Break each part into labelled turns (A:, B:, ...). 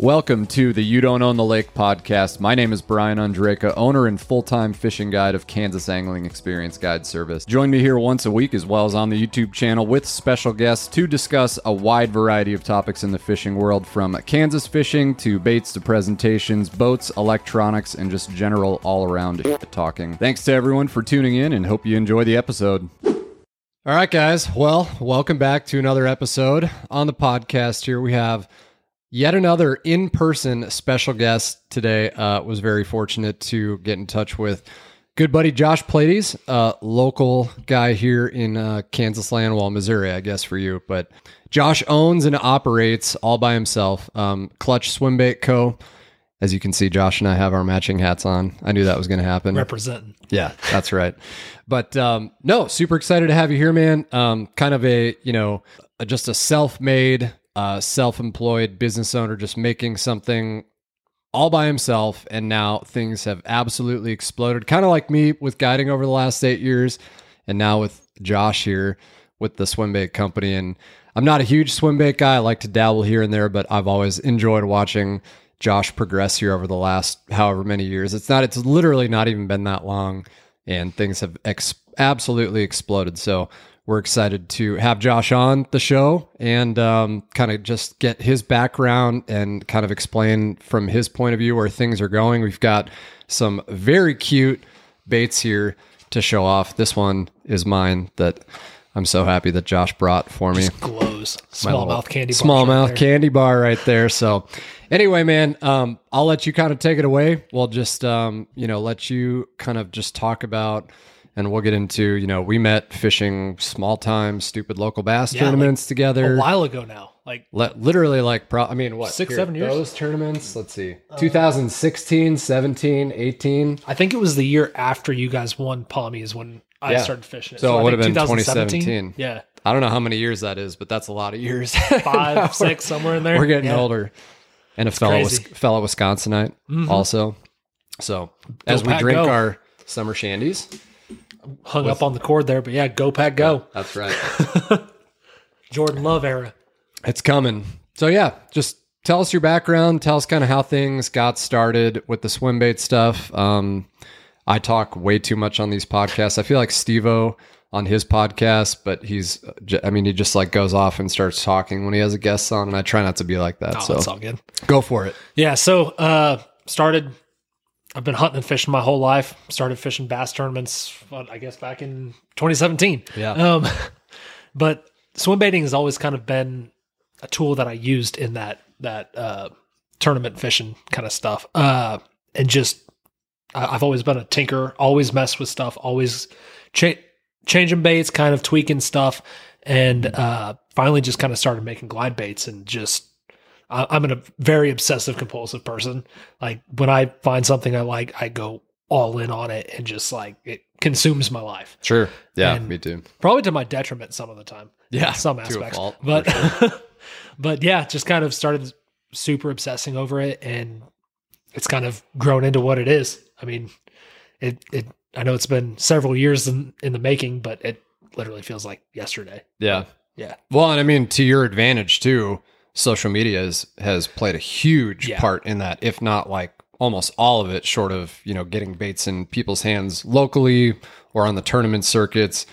A: Welcome to the You Don't Own the Lake podcast. My name is Brian Andreka, owner and full time fishing guide of Kansas Angling Experience Guide Service. Join me here once a week as well as on the YouTube channel with special guests to discuss a wide variety of topics in the fishing world from Kansas fishing to baits to presentations, boats, electronics, and just general all around talking. Thanks to everyone for tuning in and hope you enjoy the episode. All right, guys. Well, welcome back to another episode on the podcast. Here we have yet another in-person special guest today uh, was very fortunate to get in touch with good buddy josh plates uh, local guy here in uh, kansas land well missouri i guess for you but josh owns and operates all by himself um, clutch swimbait co as you can see josh and i have our matching hats on i knew that was going to happen
B: representing.
A: yeah, that's right. But um, no, super excited to have you here, man. Um, kind of a you know a- just a self-made, uh, self-employed business owner, just making something all by himself, and now things have absolutely exploded. Kind of like me with guiding over the last eight years, and now with Josh here with the swimbait company. And I'm not a huge swimbait guy; I like to dabble here and there, but I've always enjoyed watching Josh progress here over the last however many years. It's not, it's literally not even been that long, and things have ex- absolutely exploded. So we're excited to have Josh on the show and um, kind of just get his background and kind of explain from his point of view where things are going. We've got some very cute baits here to show off. This one is mine that I'm so happy that Josh brought for me
B: Glows. Smallmouth candy. bar
A: small
B: shop
A: mouth
B: there.
A: candy bar right there. So, anyway, man, um, I'll let you kind of take it away. We'll just, um, you know, let you kind of just talk about, and we'll get into, you know, we met fishing small time, stupid local bass
B: like
A: tournaments together.
B: A while ago now. Like
A: Let, literally like pro, I mean, what
B: Six, seven years?
A: Those tournaments. Let's see, 2016, 17, 18.
B: I think it was the year after you guys won Palmy is when I
A: Yeah.
B: started fishing. it.
A: So it
B: I
A: would
B: think
A: have been 2017.
B: Yeah,
A: I don't know how many years that is, but that's a lot of years. Now
B: five,
A: we're-
B: six, somewhere in there.
A: We're getting
B: Yeah.
A: older. And a fellow Wis-
B: crazy.
A: fellow Wisconsinite also. So as we
B: Pack,
A: drink
B: go.
A: our summer shandies,
B: Hung up on the cord there, but yeah, go pack, go.
A: that's right.
B: Jordan Love era.
A: it's coming. So yeah, just tell us your background. Tell us kind of how things got started with the swim bait stuff. Um, I talk way too much on these podcasts. I feel like Stevo on his podcast, but he's, j- I mean, he just like goes off and starts talking when he has a guest on, and I try not to be like that.
B: Oh,
A: so
B: that's all good.
A: go for it.
B: Yeah, so uh started I've been hunting and fishing my whole life. Started fishing bass tournaments what, I guess back in 2017.
A: Yeah.
B: Um but swim baiting has always kind of been a tool that I used in that that uh tournament fishing kind of stuff. Uh and just I, I've always been a tinker, always messed with stuff, always cha- changing baits, kind of tweaking stuff, and uh, finally just kind of started making glide baits and just. I- I'm a very obsessive compulsive person. Like when I find something I like, I go all in on it and just like it consumes my life.
A: Sure. Yeah,
B: And-
A: me too.
B: Probably to my detriment some of the time.
A: Yeah,
B: in some
A: to a
B: aspects.
A: fault, for
B: but but yeah, just kind of started super obsessing over it and it's kind of grown into what it is. I mean, it it I know it's been several years in, in the making, but it literally feels like yesterday.
A: Yeah.
B: Yeah.
A: Well, and I mean, to your advantage too, social media is, has played a huge
B: Yeah.
A: part in that, if not like almost all of it, short of, you know, getting baits in people's hands locally or on the tournament circuits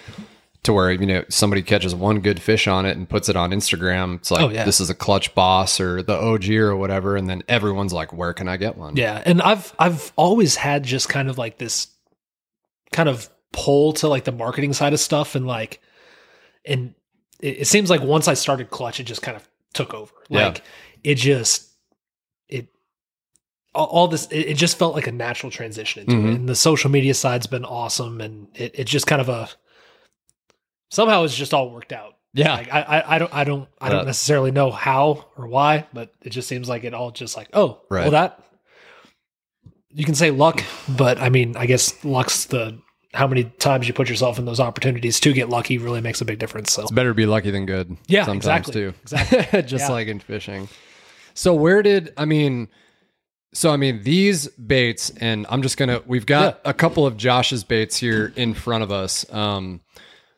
A: to where, you know, somebody catches one good fish on it and puts it on Instagram. It's like,
B: Oh, yeah.
A: this is a clutch boss or the OG or whatever. And then everyone's like, where can I get one?
B: Yeah, and I've I've always had just kind of like this kind of pull to like the marketing side of stuff and like and it, it seems like once I started clutch it just kind of took over.
A: Yeah.
B: Like it just it all, all this it, it just felt like a natural transition into
A: Mhm.
B: it. And the social media side's been awesome and it it's just kind of a somehow it's just all worked out.
A: Yeah. Uh,
B: Like I, I, I don't I don't I
A: Yeah.
B: don't necessarily know how or why, but it just seems like it all just like, oh,
A: Right.
B: well that you can say luck, but I mean, I guess luck's the how many times you put yourself in those opportunities to get lucky really makes a big difference. So
A: It's better to be lucky than good.
B: Yeah,
A: sometimes
B: exactly,
A: too.
B: exactly.
A: just
B: Yeah.
A: like in fishing. So where did I mean? So I mean these baits, and I'm just gonna. We've got a couple of Josh's baits here in front of us. Um,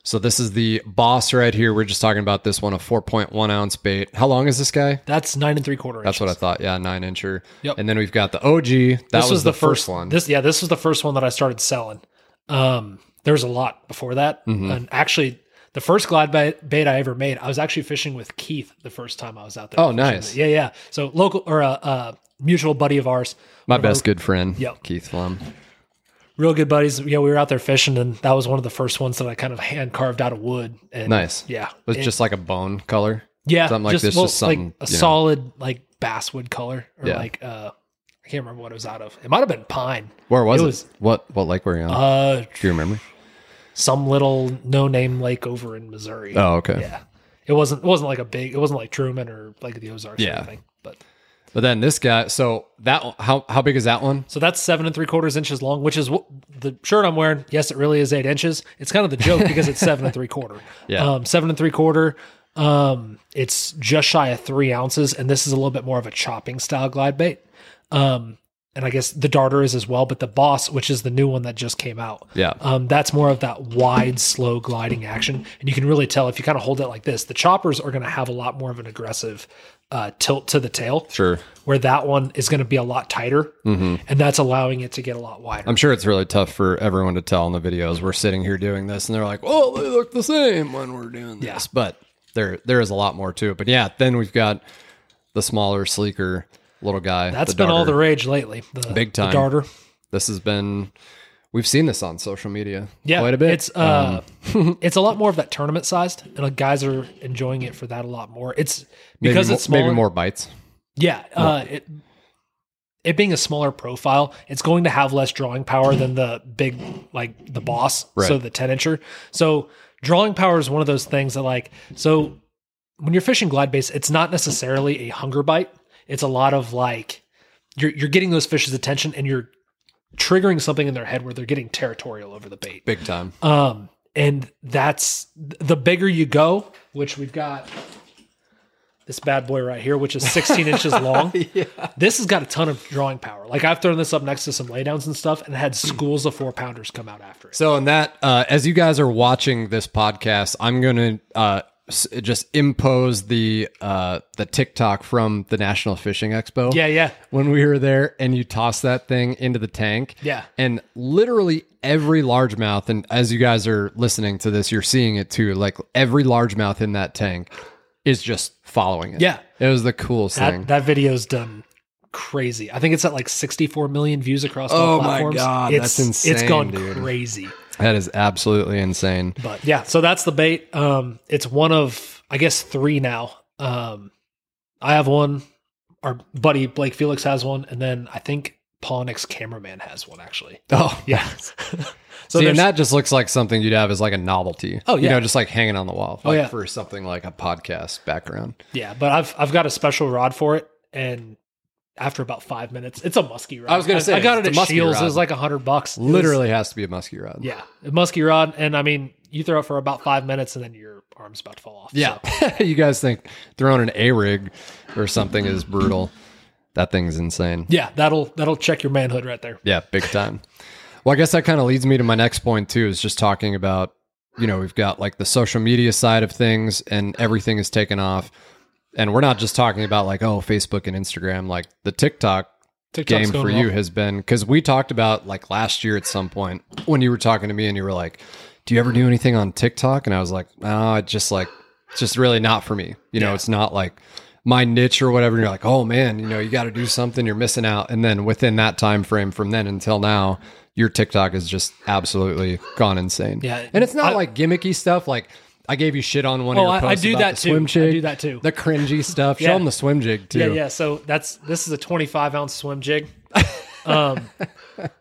A: So this is the boss right here. We're just talking about this one, a 4.1 ounce bait. How long is this guy?
B: That's nine and three quarter.
A: That's what I thought. Yeah, nine incher.
B: Yep.
A: And then we've got the OG. That
B: this
A: was, the first, one.
B: This yeah, this was the first one that I started selling. Um, there was a lot before that,
A: Mhm.
B: and actually, the first glide bait, bait I ever made, I was actually fishing with Keith the first time I was out there.
A: Oh,
B: fishing.
A: nice.
B: Yeah, yeah. So local or a uh, uh, mutual buddy of ours,
A: My
B: one of our
A: best good friend,
B: Yep.
A: Keith Flum.
B: real good buddies. Yeah, we were out there fishing, and that was one of the first ones that I kind of hand carved out of wood. And
A: Nice.
B: Yeah,
A: It was
B: And-
A: just like a bone color.
B: yeah,
A: something like this, just something,
B: like a
A: you know.
B: solid like basswood color or
A: Yeah.
B: like uh, I can't remember what it was out of. It might have been pine.
A: Where was
B: It
A: it?
B: was-
A: What what lake were you on?
B: Uh,
A: Do you remember?
B: some little no name lake over in Missouri.
A: Oh, okay.
B: Yeah. It wasn't it wasn't like a big it wasn't like Truman or like the Ozarks or
A: Yeah.
B: anything. But
A: But then this guy. So that one- how how big is that one?
B: so that's seven and three quarters inches long, which is wh- the shirt I'm wearing. Yes, it really is eight inches. It's kind of the joke because it's seven and three quarter.
A: Yeah.
B: Um, seven and three quarter. Um, it's just shy of three ounces, and this is a little bit more of a chopping style glide bait. Um, and I guess the darter is as well, but the boss, which is the new one that just came out,
A: Yeah.
B: um, that's more of that wide, slow gliding action. And you can really tell if you kind of hold it like this, the choppers are going to have a lot more of an aggressive uh, tilt to the tail,
A: Sure.
B: where that one is going to be a lot tighter. And that's allowing it to get a lot wider.
A: Mm-hmm. I'm sure it's really tough for everyone to tell in the videos. We're sitting here doing this, and they're like, "Oh, they look the same when we're doing this."
B: Yeah.
A: But there there is a lot more to it. But yeah, then we've got the smaller, sleeker little guy.
B: That's
A: the
B: been all the
A: darter.
B: rage lately. The,
A: Big
B: The
A: time.
B: darter.
A: This has been. We've seen this on social media.
B: Yeah.
A: quite a bit. Um.
B: It's, uh, it's a lot more of that tournament sized, and uh, guys are enjoying it for that a lot more. It's
A: maybe
B: because
A: mo-
B: it's smaller.
A: maybe more bites.
B: Yeah, uh, it it being a smaller profile, it's going to have less drawing power than the big like the boss,
A: Right.
B: so the ten incher. So drawing power is one of those things that like so when you're fishing glide baits, it's not necessarily a hunger bite. It's a lot of like you're you're getting those fish's attention and you're triggering something in their head where they're getting territorial over the bait.
A: Big time.
B: Um, and that's the bigger you go, which we've got this bad boy right here, which is 16 inches long. This has got a ton of drawing power. Like I've thrown this up next to some laydowns and stuff, and had schools of four pounders come out after it.
A: So, in that, uh, as you guys are watching this podcast, I'm going to uh, s- just impose the uh, the TikTok from the National Fishing Expo.
B: Yeah, yeah.
A: When we were there, and you toss that thing into the tank.
B: Yeah.
A: And literally every largemouth, and as you guys are listening to this, you're seeing it too. Like every largemouth in that tank is just following it.
B: Yeah.
A: It was the coolest thing.
B: That that video's done crazy. I think it's at like 64 million views across all
A: Oh my
B: platforms.
A: God,
B: it's,
A: that's
B: It's
A: insane,
B: gone
A: dude.
B: crazy.
A: that is absolutely insane.
B: But yeah, so that's the bait. Um, it's one of I guess three now. Um, I have one. Our buddy Blake Felix has one, and then I think Pollinix cameraman has one actually.
A: Oh,
B: Yeah. so
A: See,
B: there's
A: and that just looks like something you'd have as like a novelty.
B: Oh,
A: you
B: yeah.
A: know, just like hanging on the wall.
B: Oh,
A: like
B: yeah.
A: for something like a podcast background.
B: yeah, but I've I've got a special rod for it, and after about five minutes, it's a musky rod.
A: I was gonna say,
B: I got it
A: it's
B: at
A: a musky
B: Shields. It
A: rod.
B: was like a hundred bucks. It was-
A: Literally has to be a musky rod.
B: yeah, a musky rod, and I mean, you throw it for about five minutes, and then your arm's about to fall off.
A: yeah. you guys think throwing an A rig or something is brutal? That thing's insane.
B: yeah, that'll that'll check your manhood right there.
A: Yeah, big time. well, I guess that kind of leads me to my next point too, is just talking about, you know, we've got like the social media side of things and everything is taken off. And we're not just talking about like, oh, Facebook and Instagram, like the TikTok
B: TikTok's
A: game
B: going
A: for you
B: off.
A: has been because we talked about like last year at some point when you were talking to me and you were like, "Do you ever do anything on TikTok?" And I was like, "No, it just like it's just really not for me. You know,
B: Yeah.
A: it's not like my niche or whatever." And you're like, "Oh man, you know, you got to do something. You're missing out." And then within that time frame, from then until now. Your TikTok has just absolutely gone insane.
B: Yeah.
A: and it's not
B: I-
A: like gimmicky stuff. Like I gave you shit on one
B: Oh,
A: of your
B: I- I
A: posts
B: do
A: about
B: that
A: the
B: too.
A: swim
B: I
A: jig,
B: do that too.
A: The cringy stuff.
B: Yeah.
A: Show them the swim jig too.
B: Yeah, yeah. So that's this is a 25 ounce swim jig. Um,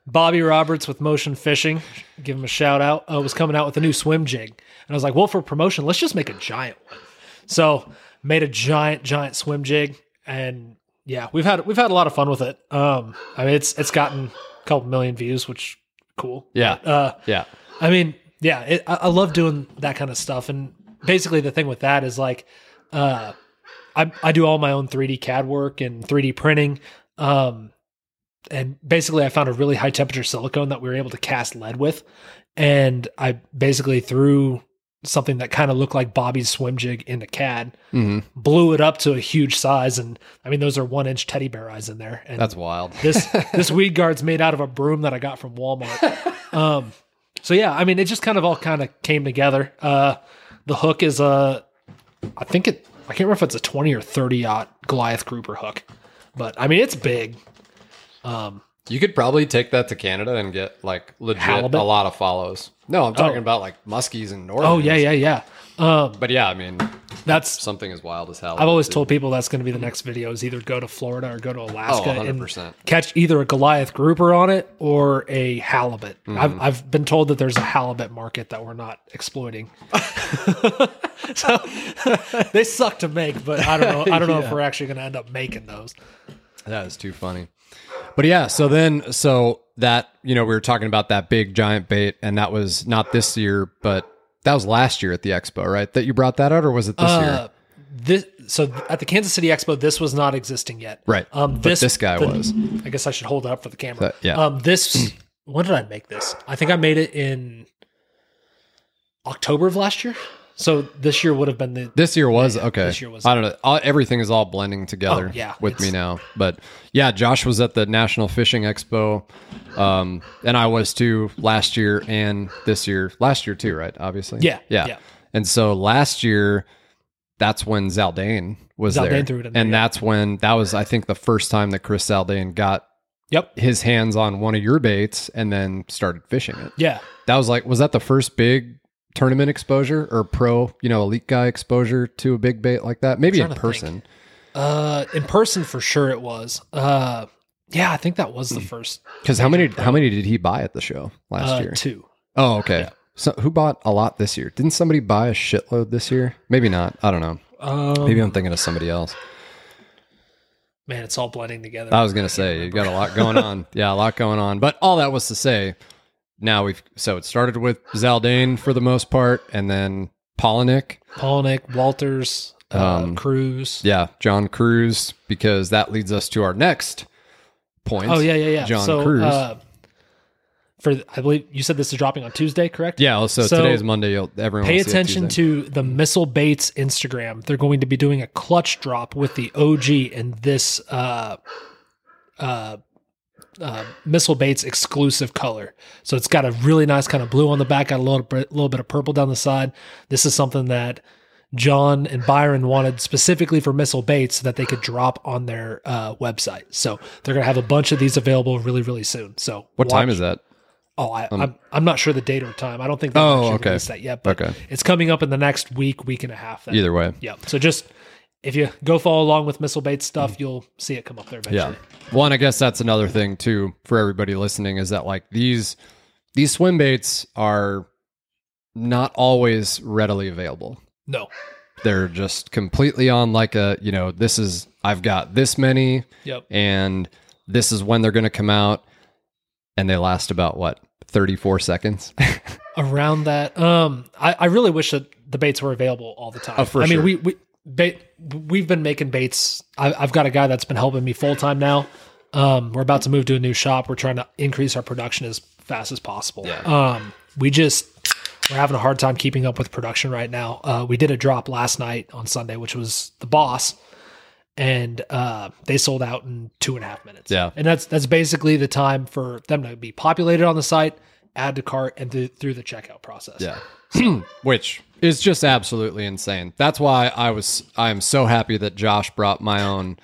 B: Bobby Roberts with Motion Fishing, give him a shout out. Uh, was coming out with a new swim jig, and I was like, well, for promotion, let's just make a giant one. So made a giant, giant swim jig, and yeah, we've had we've had a lot of fun with it. Um, I mean, it's it's gotten a couple million views, which cool.
A: Yeah.
B: Uh,
A: yeah.
B: I mean, yeah, it, I, I love doing that kind of stuff. And basically, the thing with that is like, uh, I I do all my own 3D CAD work and 3D printing. Um, and basically, I found a really high temperature silicone that we were able to cast lead with, and I basically threw something that kind of looked like Bobby's swim jig in the CAD,
A: Mhm.
B: blew it up to a huge size, and I mean those are one inch teddy bear eyes in there. And
A: That's wild.
B: this this weed guard's made out of a broom that I got from Walmart. Um, so yeah, I mean, it just kind of all kind of came together. Uh, the hook is a, I think it, I can't remember if it's a twenty or thirty yacht Goliath grouper hook, but I mean it's big. Um,
A: You could probably take that to Canada and get like legit
B: Halibut?
A: a lot of follows. No, I'm talking
B: Oh.
A: about like muskies and northern.
B: oh yeah, yeah, yeah. Um,
A: But yeah, I mean,
B: that's
A: something as wild as hell.
B: I've always told people that's going to be the next video is either go to Florida or go to Alaska
A: Oh, 100%.
B: and catch either a Goliath grouper on it or a halibut. I've, I've been told that there's a halibut market that we're not exploiting. so they suck to make, but I don't know. I don't know if we're actually going to end up making those.
A: That is too funny. But yeah, so then so that you know we were talking about that big giant bait, and that was not this year, but that was last year at the expo, right? That you brought that out, or was it this
B: Uh,
A: year?
B: this so at the Kansas City Expo, this was not existing yet.
A: Right.
B: Um,
A: But
B: this
A: this guy
B: the-
A: was.
B: I guess I should hold it up for the camera.
A: That- yeah.
B: Um, this when did I make this? I think I made it in October of last year. So this year would have been the
A: This year was okay.
B: this year was-
A: I don't know. All, everything is all blending together
B: Oh, yeah,
A: with me
B: it's-
A: now. But yeah, Josh was at the National Fishing Expo, um, and I was too last year and this year. Last year too, right? Obviously.
B: Yeah,
A: Yeah.
B: yeah.
A: And so last year, that's when Zaldane was
B: Zaldane
A: there,
B: threw it in there,
A: and
B: yeah.
A: that's when that was I think the first time that Chris Zaldane got
B: Yep.
A: his hands on one of your baits and then started fishing it.
B: Yeah.
A: That was like, was that the first big tournament exposure or pro, you know, elite guy exposure to a big bait like that? Maybe
B: I'm
A: in
B: trying to
A: person.
B: Uh, in person for sure it was. Uh, yeah, I think that was the first
A: Because how many how many did he buy at the show Hmm. last
B: uh,
A: year?
B: two.
A: Oh, okay. So who bought a lot this year? Didn't somebody buy a shitload this year? Maybe not. I don't know.
B: Um,
A: Maybe I'm thinking of somebody else.
B: man, it's all blending together.
A: I was gonna say you got a lot going on. yeah, a lot going on. But all that was to say, now we've so it started with Zaldane for the most part, and then Polinick.
B: Polnick, Walters, uh,
A: Um,
B: Cruz.
A: Yeah, John Cruz, because that leads us to our next point.
B: Oh yeah, yeah, yeah.
A: John
B: so,
A: Cruz.
B: Uh, for I believe you said this is dropping on Tuesday, correct?
A: yeah. So,
B: so
A: today's Monday. You'll, everyone
B: Pay
A: will see it
B: attention
A: Tuesday.
B: to the Missile Baits Instagram. They're going to be doing a clutch drop with the OG and this uh, uh, uh, Missile Baits exclusive color. So it's got a really nice kind of blue on the back, got a little bit, little bit of purple down the side. This is something that John and Byron wanted specifically for Missile Baits so that they could drop on their uh, website. So they're going to have a bunch of these available really, really soon. So
A: What
B: watch-
A: time is that?
B: Oh, I, I'm I'm not sure the date or time. I don't think they've
A: Um, Oh,
B: actually
A: okay.
B: released that yet. But
A: Okay.
B: it's coming up in the next week, week and a half. Then.
A: Either way.
B: Yeah. So just if you go follow along with missile bait stuff, you'll see it come up there
A: Mm. Yeah.
B: eventually.
A: One, I guess that's another thing too for everybody listening is that like these these swim baits are not always readily available.
B: No.
A: They're just completely on like a you know this is I've got this many
B: Yep.
A: and this is when they're going to come out and they last about what 34 seconds
B: Around that, um, I, I really wish that the baits were available all the time.
A: Oh, for
B: I
A: sure.
B: mean, we we bait we've been making baits. I, I've got a guy that's been helping me full time now. Um, we're about to move to a new shop. We're trying to increase our production as fast as possible.
A: Yeah.
B: Um, we just we're having a hard time keeping up with production right now. Uh, we did a drop last night on Sunday, which was the boss, and uh, they sold out in two and a half minutes.
A: Yeah.
B: and that's that's basically the time for them to be populated on the site, add to cart, and th- through the checkout process.
A: Yeah. Which is just absolutely insane. That's why I was I am so happy that Josh brought my own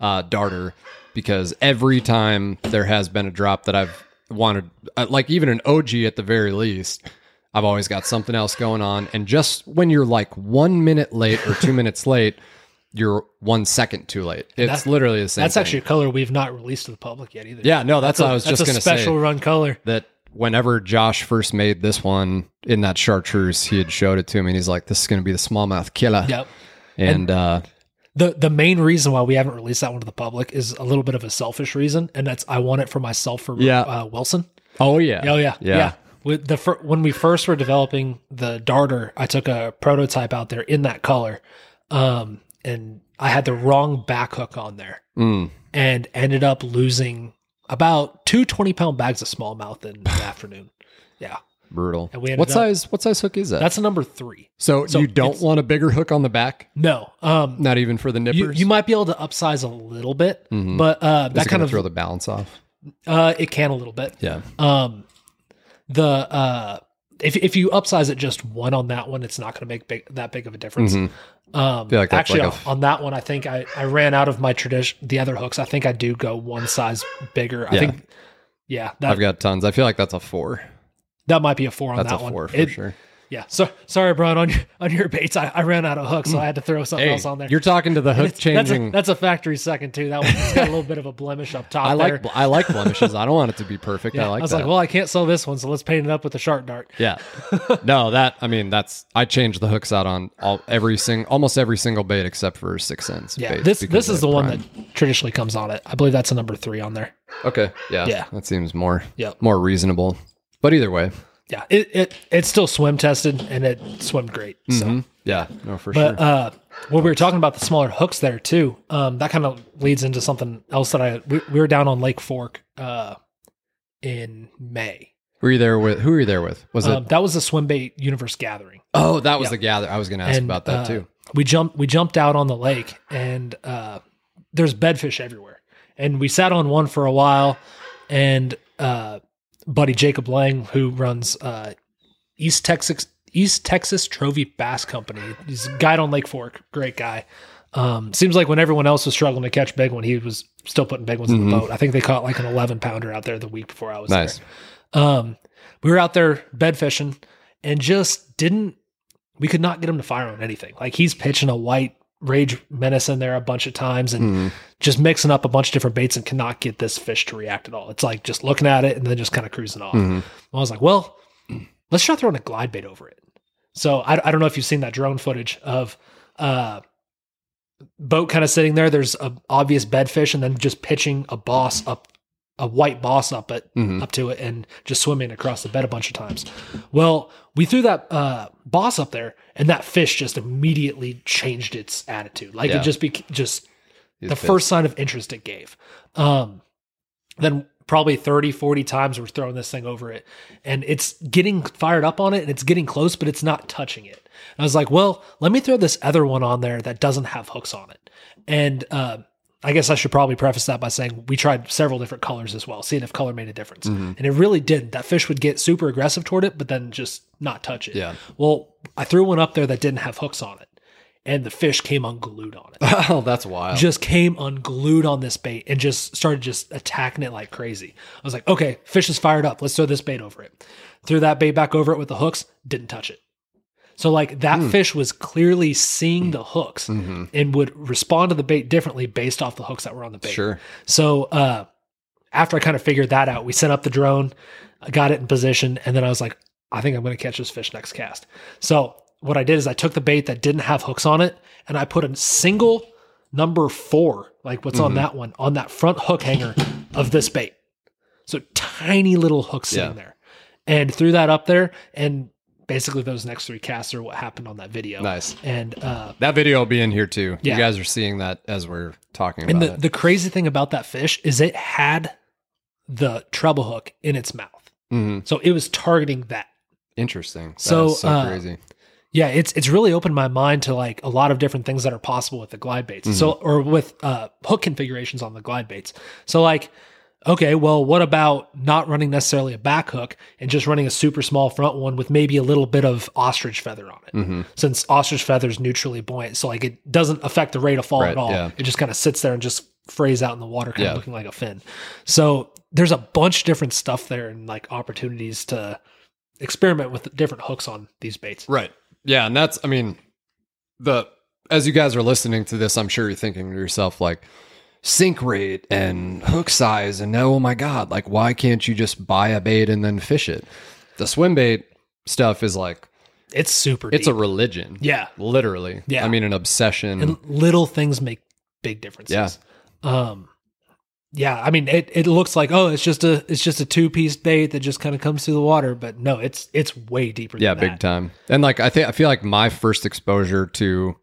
A: uh, darter because every time there has been a drop that I've wanted uh, like even an OG at the very least, I've always got something else going on and just when you're like 1 minute late or 2 minutes late, you're 1 second too late. It's literally the same
B: That's
A: thing.
B: actually a color we've not released to the public yet either.
A: Yeah, no, that's,
B: So
A: what I was
B: that's
A: just going
B: a
A: to say
B: special run color.
A: that whenever Josh first made this one in that chartreuse, he had showed it to me and he's like, This is gonna be the smallmouth killer.
B: Yep.
A: And, uh
B: The the main reason why we haven't released that one to the public is a little bit of a selfish reason, and that's I want it for myself for
A: Yeah.
B: uh, Wilson.
A: Oh yeah.
B: Oh yeah,
A: Yeah.
B: yeah. With the fir- when we first were developing the darter, I took a prototype out there in that color, um, and I had the wrong back hook on there,
A: Mm.
B: and ended up losing about two 20 pound bags of smallmouth in the afternoon. Yeah,
A: Brutal.
B: And we ended
A: What
B: up-
A: size? What size hook is that?
B: That's a number three.
A: so,
B: so
A: you don't
B: it's-
A: want a bigger hook on the back,
B: No, um,
A: not even for the
B: you,
A: nippers.
B: you might be able to upsize a little bit,
A: Mhm.
B: but uh,
A: Is
B: that
A: it
B: kind
A: gonna
B: of
A: throw the balance off.
B: uh, it can a little bit.
A: Yeah.
B: Um, the uh, if if you upsize it just one on that one, it's not going to make big, that big of a difference.
A: Mhm.
B: Um,
A: feel like that's
B: actually,
A: like a-
B: on- on that one, I think I, I ran out of my tradition. The other hooks, I think I do go one size bigger. I
A: Yeah.
B: think, yeah, that
A: I've got tons. I feel like that's a four.
B: that might be a four on
A: That's
B: that
A: a
B: one.
A: four for
B: It-
A: sure.
B: Yeah. So sorry, Brian, on your on your baits, I, I ran out of hooks, so I had to throw something
A: Hey,
B: else on there.
A: you're talking to the hook
B: that's
A: changing.
B: a, that's a factory second too. That one's got a little bit of a blemish up top.
A: I
B: there.
A: like I like blemishes. I don't want it to be perfect. I like
B: was
A: that.
B: like, well, I can't sell this one, so let's paint it up with a shark dart.
A: Yeah. No, that I mean that's I changed the hooks out on all every sing almost every single bait except for six cents.
B: Yeah,
A: bait
B: this
A: because
B: this is the
A: they're
B: one
A: prime.
B: that traditionally comes on it. I believe that's a number three on there.
A: Okay. Yeah.
B: Yeah.
A: That seems more
B: Yep.
A: more reasonable. But either way.
B: Yeah, it, it it's still swim tested and it swimmed great. So,
A: mhm. Yeah. No, for
B: Mm-hmm. but
A: sure.
B: uh, when we were talking about the smaller hooks there too, um, that kind of leads into something else that I we, we were down on Lake Fork uh, in May.
A: Were you there with who were you there with? Was
B: Um,
A: it
B: that was the swim bait universe gathering.
A: Oh, that was the gather. I was gonna ask
B: And,
A: about that
B: uh,
A: too.
B: We jumped we jumped out on the lake and uh, there's bedfish everywhere. And we sat on one for a while and uh, buddy Jacob Lang who runs uh, East Texas East Texas Trophy Bass Company. He's a guide on Lake Fork, great guy. Um, seems like when everyone else was struggling to catch big one, he was still putting big ones in the
A: Mhm.
B: boat. I think they caught like an 11 pounder out there the week before I was there
A: Nice.
B: um, we were out there bed fishing and just didn't we could not get him to fire on anything like he's pitching a white rage menace in there a bunch of times and
A: Mhm.
B: just mixing up a bunch of different baits and cannot get this fish to react at all it's like just looking at it and then just kind of cruising off
A: Mhm.
B: i was like well let's try throwing a glide bait over it so i, I don't know if you've seen that drone footage of uh boat kind of sitting there there's a obvious bed fish and then just pitching a boss up a white boss up at
A: Mhm.
B: up to it and just swimming across the bed a bunch of times. Well, we threw that uh, boss up there, and that fish just immediately changed its attitude. Like
A: Yeah.
B: it just be just
A: He's
B: the
A: pissed.
B: first sign of interest it gave. Um, then probably 30, 40 times we're throwing this thing over it and it's getting fired up on it and it's getting close, but it's not touching it. And I was like, well, let me throw this other one on there that doesn't have hooks on it. And, uh, I guess I should probably preface that by saying we tried several different colors as well, seeing if color made a difference. And it really didn't. That fish would get super aggressive toward it, but then just not touch it.
A: Yeah.
B: Well, I threw one up there that didn't have hooks on it, and the fish came unglued on it
A: Oh, that's wild.
B: just came unglued on this bait and just started just attacking it like crazy. I was like, okay, fish is fired up. Let's throw this bait over it. Threw that bait back over it with the hooks, didn't touch it. So like that fish was clearly seeing the hooks and would respond to the bait differently based off the hooks that were on the bait.
A: Sure.
B: So uh, after I kind of figured that out, we set up the drone, I got it in position, and then I was like, I think I'm going to catch this fish next cast. So what I did is I took the bait that didn't have hooks on it, and I put a single number four, like what's
A: Mm-hmm.
B: on that one, on that front hook hanger of this bait. So tiny little hooks sitting
A: Yeah.
B: there, and threw that up there, and basically those next three casts are what happened on that video.
A: Nice.
B: And uh,
A: That video will be in here too.
B: Yeah.
A: You guys are seeing that as we're talking about
B: And the,
A: it.
B: the crazy thing about that fish is it had the treble hook in its mouth.
A: Mhm.
B: So it was targeting that.
A: Interesting. That
B: So,
A: is so
B: uh,
A: crazy.
B: Yeah, it's it's really opened my mind to like a lot of different things that are possible with the glide baits. So or with uh hook configurations on the glide baits. So like okay, well what about not running necessarily a back hook and just running a super small front one with maybe a little bit of ostrich feather on it.
A: Mm-hmm.
B: Since ostrich feather is neutrally buoyant, so like it doesn't affect the rate of fall
A: Right,
B: at all.
A: yeah.
B: It just kind of sits there and just frays out in the water kind
A: Yeah.
B: of looking like a fin. So there's a bunch of different stuff there and like opportunities to experiment with different hooks on these baits.
A: Right. Yeah, and that's I mean the as you guys are listening to this, I'm sure you're thinking to yourself like sink rate and hook size and oh my god, like why can't you just buy a bait and then fish it? The swim bait stuff is like
B: It's super.
A: it's
B: deep.
A: a religion.
B: yeah.
A: Literally.
B: Yeah.
A: I mean an obsession.
B: And little things make big differences.
A: Mm. Yeah.
B: Um. Yeah. I mean, it, it looks like oh, it's just a it's just a two piece bait that just kind of comes through the water, but no, it's it's way deeper.
A: Yeah,
B: than
A: big
B: that.
A: time. And like I think I feel like my first exposure to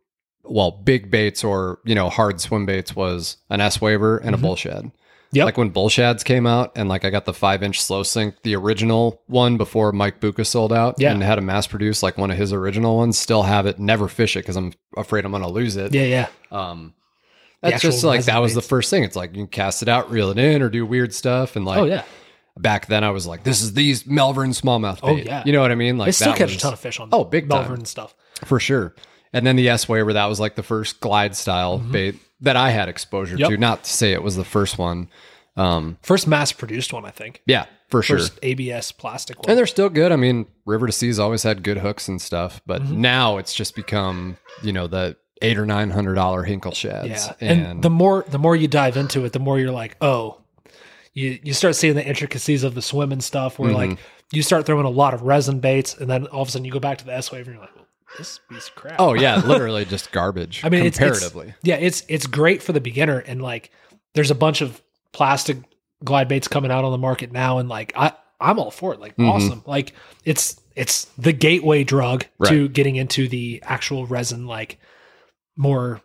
A: well, big baits or you know hard swim baits was an S waiver and a bullshed.
B: Mm-hmm. Yep.
A: Like when Bullshads came out, and like I got the five inch slow sync, the original one before Mike Buka sold out,
B: Yeah.
A: and had a mass produce like one of his original ones. Still have it, never fish it because I'm afraid I'm gonna lose it.
B: Yeah, yeah.
A: Um,
B: The
A: that's
B: actual
A: just like that was the
B: resumes.
A: first thing. It's like you can cast it out, reel it in, or do weird stuff. And like
B: oh yeah.
A: back then, I was like, this is these Melvern smallmouth.
B: Oh,
A: bait.
B: yeah.
A: you know what I mean? Like
B: they still
A: that
B: catch a
A: was-
B: ton of fish on
A: Oh, big time.
B: Melvern stuff.
A: for sure. And then the S way where that was like the first glide style bait that I had exposure
B: Mm-hmm. Yep.
A: to. Not to say it was the first one. Um,
B: First mass produced one, I think.
A: yeah, for sure.
B: First ABS plastic one.
A: And they're still good. I mean, River to Sea's always had good hooks and stuff, but
B: Mm-hmm.
A: now it's just become you know the eight or nine hundred dollar hinkle shads.
B: yeah. And, the more the more you dive into it, the more you're like, oh, you you start seeing the intricacies of the swim and stuff. Where
A: Mm-hmm.
B: like you start throwing a lot of resin baits, and then all of a sudden you go back to the S wave, and you're like, well, this piece of crap.
A: oh yeah, literally just garbage.
B: I mean, it's- it's-
A: comparatively,
B: yeah, it's it's great for the beginner, and like there's a bunch of plastic glide baits coming out on the market now, and like I I'm all for it. Like
A: Mhm.
B: awesome, like it's it's the gateway drug to
A: Right.
B: getting into the actual resin, like more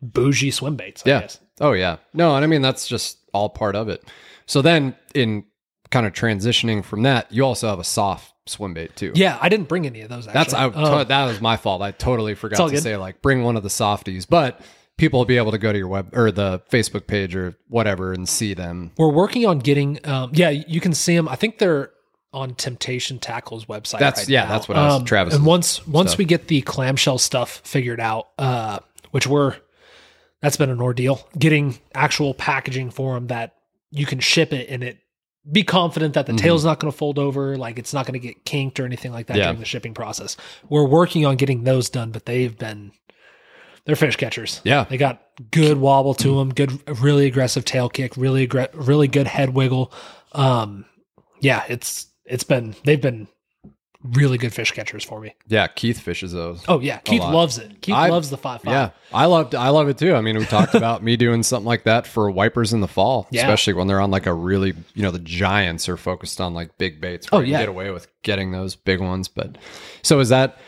B: bougie swim baits. I
A: Yeah.
B: guess.
A: Oh yeah. No, and I mean that's just all part of it. So then in kind of transitioning from that, you also have a soft swim bait too.
B: Yeah, I didn't bring any of those. Actually.
A: That's I,
B: Um,
A: to- that was my fault. I totally forgot
B: all
A: to
B: good.
A: say like bring one of the softies, but people will be able to go to your web or the Facebook page or whatever and see them.
B: we're working on getting. Um, yeah, you can see them. I think they're on Temptation Tackle's website.
A: That's-
B: right
A: yeah,
B: now. Um,
A: that's what I was- Travis's
B: And once once
A: stuff.
B: we get the clamshell stuff figured out, uh, which we're that's been an ordeal getting actual packaging for them that you can ship it and it be confident that the
A: Mhm.
B: tail's not going to fold over, like it's not going to get kinked or anything like that
A: Yeah.
B: during the shipping process. We're working on getting those done, but they've been they're fish catchers.
A: Yeah.
B: They got good wobble to them, good, really aggressive tail kick, really, aggre- really good head wiggle. Um, yeah, it's it's been they've been really good fish catchers for me.
A: Yeah, Keith fishes those.
B: Oh yeah, Keith
A: lot.
B: loves it. Keith
A: I-
B: loves the five five.
A: Yeah, I loved. I love it too. I mean, we talked about me doing something like that for wipers in the fall,
B: Yeah.
A: especially when they're on like a really, you know, the giants are focused on like big baits. Where
B: Oh,
A: you
B: yeah.
A: can get away with getting those big ones. But so is that?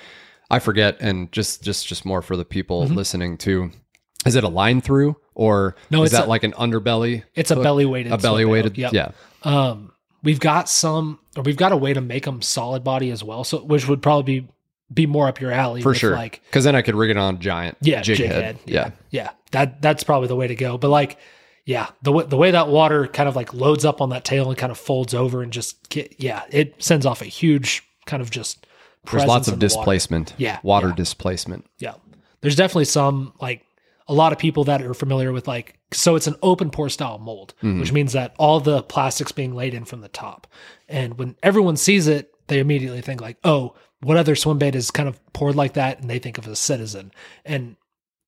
A: I forget. And just, just, just more for the people
B: Mm-hmm.
A: listening too. Is it a line through or
B: No,
A: Is
B: it's
A: that
B: a-
A: like an underbelly?
B: It's a belly weighted,
A: a belly weighted. Yeah.
B: Um, we've got some, or we've got a way to make them solid body as well. So which would probably be be more up your alley
A: for
B: with,
A: sure.
B: Like
A: Because then I could rig it on a giant.
B: yeah,
A: jig, head.
B: Yeah. yeah, That that's probably the way to go. But like, yeah, the wa- the way that water kind of like loads up on that tail and kind of folds over and just get, yeah, it sends off a huge kind of just.
A: There's
B: presence
A: lots
B: in
A: of
B: the water.
A: displacement.
B: Yeah,
A: Water
B: yeah.
A: displacement.
B: Yeah. There's definitely some like a lot of people that are familiar with like so it's an open pore style mold, which means that all the plastics being laid in from the top. And when everyone sees it, they immediately think like, "Oh, what other swim bait is kind of poured like that?" and they think of a citizen. And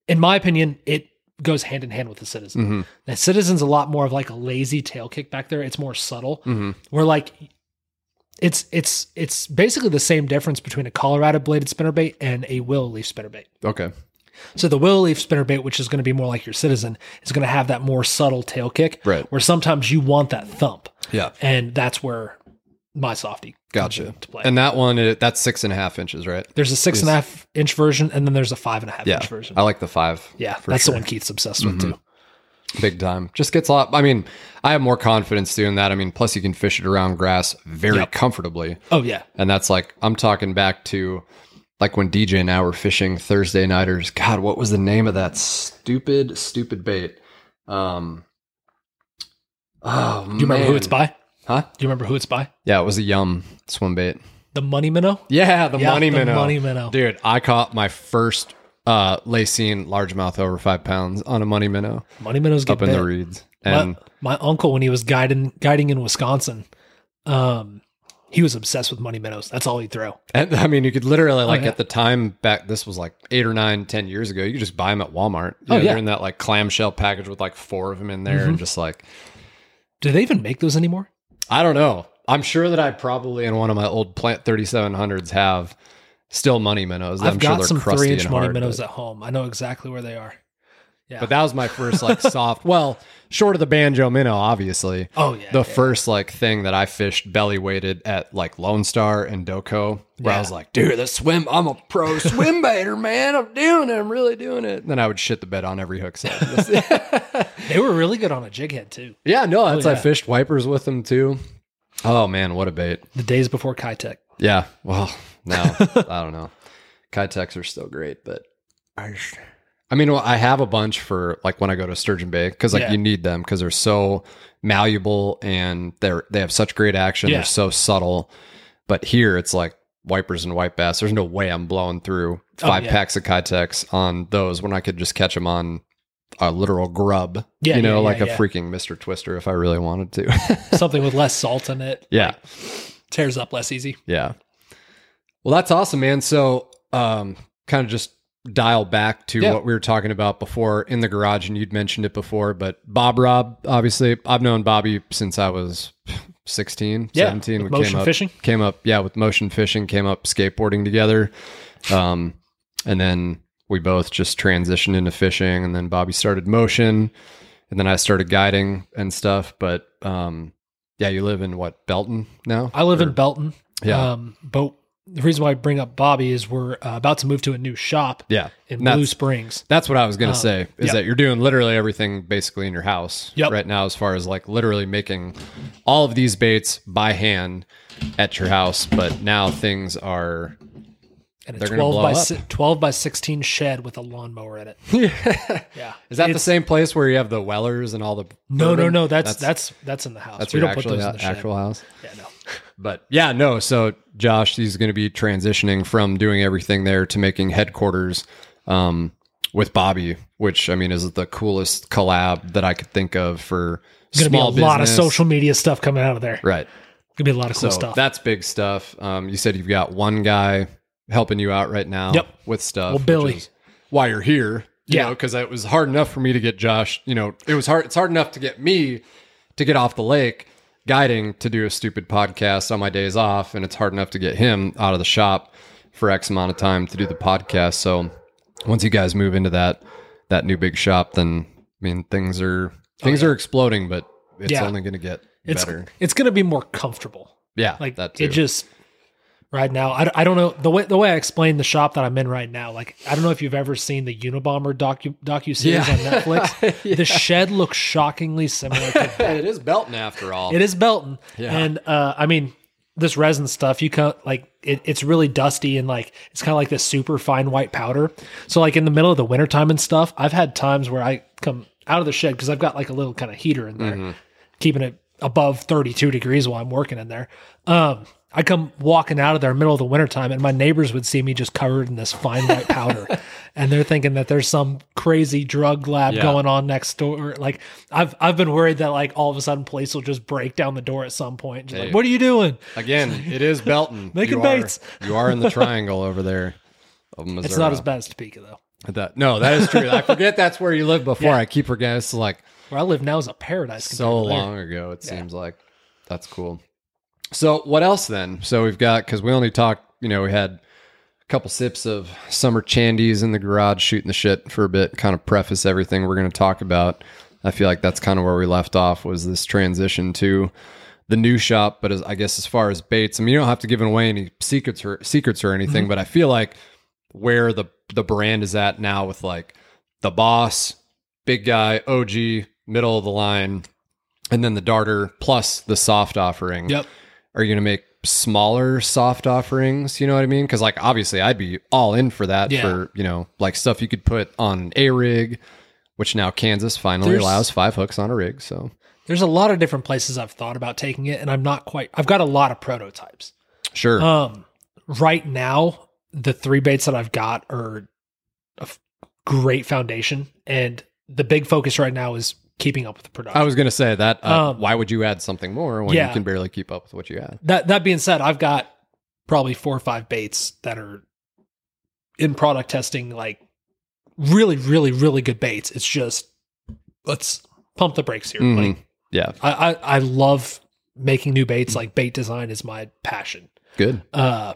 B: in my opinion, it goes hand in hand with the citizen. The citizen's a lot more of like a lazy tail kick back there. It's more subtle. Where like it's it's it's basically the same difference between a Colorado bladed spinnerbait and a willow leaf spinnerbait.
A: Okay.
B: So the willow leaf spinnerbait, which is going to be more like your citizen, is going to have that more subtle tail kick.
A: Right.
B: Where sometimes you want that thump,
A: Yeah.
B: and that's where my softy comes
A: Gotcha.
B: into play.
A: And that one, it, that's six and a half inches, right?
B: there's a six and a half inch version, and then there's a five and a half
A: Yeah,
B: inch version.
A: I like the five.
B: yeah,
A: for
B: that's
A: sure. Mm-hmm.
B: the one Keith's obsessed with too.
A: big time. Just gets a lot. I mean, I have more confidence doing that. I mean, plus you can fish it around grass very
B: Yep.
A: comfortably,
B: Oh yeah,
A: and that's like I'm talking back to like when DJ and I were fishing Thursday nighters. God, what was the name of that stupid, stupid bait? Um, oh,
B: do you remember who
A: man.
B: it's by?
A: Huh?
B: Do you remember who it's by?
A: Yeah, it was a yum swim bait.
B: The money minnow.
A: Yeah, the
B: Yeah,
A: money
B: the
A: minnow.
B: money minnow.
A: Dude, I caught my first uh lacine largemouth over five pounds on a money minnow
B: Money minnows get
A: up in
B: bit.
A: the reeds. And
B: my, my uncle when he was guiding guiding in Wisconsin, um, he was obsessed with money minnows. That's all he'd throw.
A: And I mean, you could literally like
B: Oh, yeah.
A: at the time back. This was like eight or nine, ten years ago. You could just buy them at Walmart. You
B: Oh, yeah. Mm-hmm.
A: they're in that like clamshell package with like four of them in there, and just like
B: Do they even make those anymore?
A: I don't know. I'm sure that I probably in one of my old Plant 3700s have still money minnows. I'm
B: I've
A: sure
B: got
A: they're
B: some
A: crusty
B: three inch
A: and
B: money
A: hard,
B: minnows
A: but-
B: at home. I know exactly where they are. Yeah.
A: But that was my first like soft, well, short of the banjo minnow, obviously.
B: oh yeah.
A: the
B: yeah.
A: first like thing that I fished belly weighted at like Lone Star and Doko, where I
B: Yeah.
A: was like, dude, the swim, I'm a pro swim baiter, man. I'm doing it. I'm really doing it. And then I would shit the bed on every hook set.
B: they were really good on a jig head too.
A: yeah, no, that's
B: Oh,
A: I
B: yeah.
A: fished wipers with them too. Oh man, what a bait.
B: The days before Kitech.
A: Yeah. Well, now I don't know. Kitex are still great, but I just- I mean, well, I have a bunch for like when I go to Sturgeon Bay because like
B: Yeah.
A: you need them because they're so malleable and they're they have such great action.
B: Yeah.
A: They're so subtle. But here it's like wipers and white bass. There's no way I'm blowing through
B: Oh,
A: five
B: yeah.
A: packs of Kitex on those when I could just catch them on a literal grub.
B: Yeah,
A: you know,
B: yeah,
A: like
B: yeah,
A: a
B: yeah.
A: freaking Mister Twister if I really wanted to.
B: Something with less salt in it
A: yeah.
B: tears up less easy.
A: Yeah. Well, that's awesome, man. So, um, kind of just dial back to
B: Yeah.
A: what we were talking about before in the garage, and you'd mentioned it before, but Bob Rob, obviously, I've known Bobby since I was 16,
B: Yeah.
A: 17.
B: with motion
A: came up,
B: fishing.
A: came up, yeah, with motion fishing, came up skateboarding together. Um, and then we both just transitioned into fishing, and then Bobby started motion, and then I started guiding and stuff. But, um, yeah, you live in what, Belton now?
B: I live
A: Or-
B: in Belton.
A: Yeah.
B: Um, but the reason why I bring up Bobby is we're uh, about to move to a new shop
A: yeah.
B: in
A: And that's-
B: Blue Springs.
A: That's what I was going to
B: Um,
A: say is
B: yep.
A: that you're doing literally everything basically in your house
B: Yep.
A: right now, as far as like literally making all of these baits by hand at your house. But now things are,
B: And a
A: They're gonna
B: 12
A: blow
B: by,
A: up.
B: si- 12 by 16 shed with a lawnmower in it. Yeah.
A: is that the
B: It's-
A: same place where you have the Wellers and all the,
B: No, no,
A: bourbon?
B: no. That's, that's, that's, in the house.
A: that's
B: we
A: your
B: don't
A: actual,
B: put those in the shed.
A: actual house.
B: Yeah, no.
A: But yeah, no. So Josh, he's going to be transitioning from doing everything there to making headquarters um, with Bobby, which I mean is the coolest collab that I could think of for
B: Gonna
A: small
B: be a lot of
A: business.
B: social media stuff coming out of there.
A: Right.
B: Gonna be a lot of
A: So
B: cool stuff.
A: that's big stuff. Um, you said you've got one guy helping you out right now
B: Yep.
A: with stuff.
B: Well, Billy.
A: which is why you're here. You
B: Yeah.
A: because it was hard enough for me to get Josh. You know, it was hard. It's hard enough to get me to get off the lake guiding to do a stupid podcast on my days off, and it's hard enough to get him out of the shop for X amount of time to do the podcast. So once you guys move into that that new big shop, then I mean things are things are exploding, but it's
B: Oh, Yeah.
A: only going to get
B: it's,
A: better.
B: it's gonna be more comfortable.
A: Yeah,
B: Like
A: that too.
B: it just right now. I, I don't know the way the way I explain the shop that I'm in right now. Like I don't know if you've ever seen the Unabomber docu docu series
A: Yeah.
B: on Netflix. The shed looks shockingly similar. to
A: Yeah, it is Belton after all.
B: It is Belton,
A: Yeah.
B: and uh, I mean this resin stuff. You can like it, it's really dusty and like it's kind of like this super fine white powder. So like in the middle of the wintertime and stuff, I've had times where I come out of the shed because I've got like a little kind of heater in there, keeping it above 32 degrees while I'm working in there. Um, I come walking out of there middle of the wintertime and my neighbors would see me just covered in this fine white powder and they're thinking that there's some crazy drug lab
A: Yeah.
B: going on next door. Like I've, I've been worried that like all of a sudden police will just break down the door at some point. Just
A: Hey.
B: like, what are you doing?
A: Again, it is Belton. You
B: Making
A: are-
B: baits.
A: You are in the triangle over there of Missouri.
B: It's not as bad as Topeka though.
A: That- no, that is true. I forget that's where you lived before. I keep forgetting. It's like
B: Where I live now is a paradise. compared
A: so
B: to there.
A: long ago, it seems like. That's cool. So, what else then? So, we've got, because we only talked, you know, we had a couple sips of summer chandies in the garage shooting the shit for a bit, kind of preface everything we're going to talk about. I feel like that's kind of where we left off was this transition to the new shop. But as, I guess as far as baits, I mean, you don't have to give away any secrets or secrets or anything,
B: Mm-hmm.
A: but I feel like where the the brand is at now with like the boss, big guy, OG, middle of the line, and then the darter plus the soft offering.
B: Yep.
A: Are you going to make smaller soft offerings? You know what I mean? Because like obviously I'd be all in for that
B: Yeah.
A: for you know like stuff you could put on an A rig, which now Kansas finally
B: There's-
A: allows five hooks on a rig. So
B: There's a lot of different places I've thought about taking it and I'm not quite, I've got a lot of prototypes.
A: sure,
B: Um, right now, the three baits that I've got are a f- great foundation, and the big focus right now is keeping up with the production.
A: I was going to say that. Uh,
B: um,
A: why would you add something more when
B: yeah.
A: you can barely keep up with what you have?
B: that that being said, I've got probably four or five baits that are in product testing, like really, really, really good baits. It's just let's pump the brakes here.
A: Mhm.
B: Like
A: Yeah,
B: I, I, I love making new baits. Like bait design is my passion.
A: good.
B: Uh,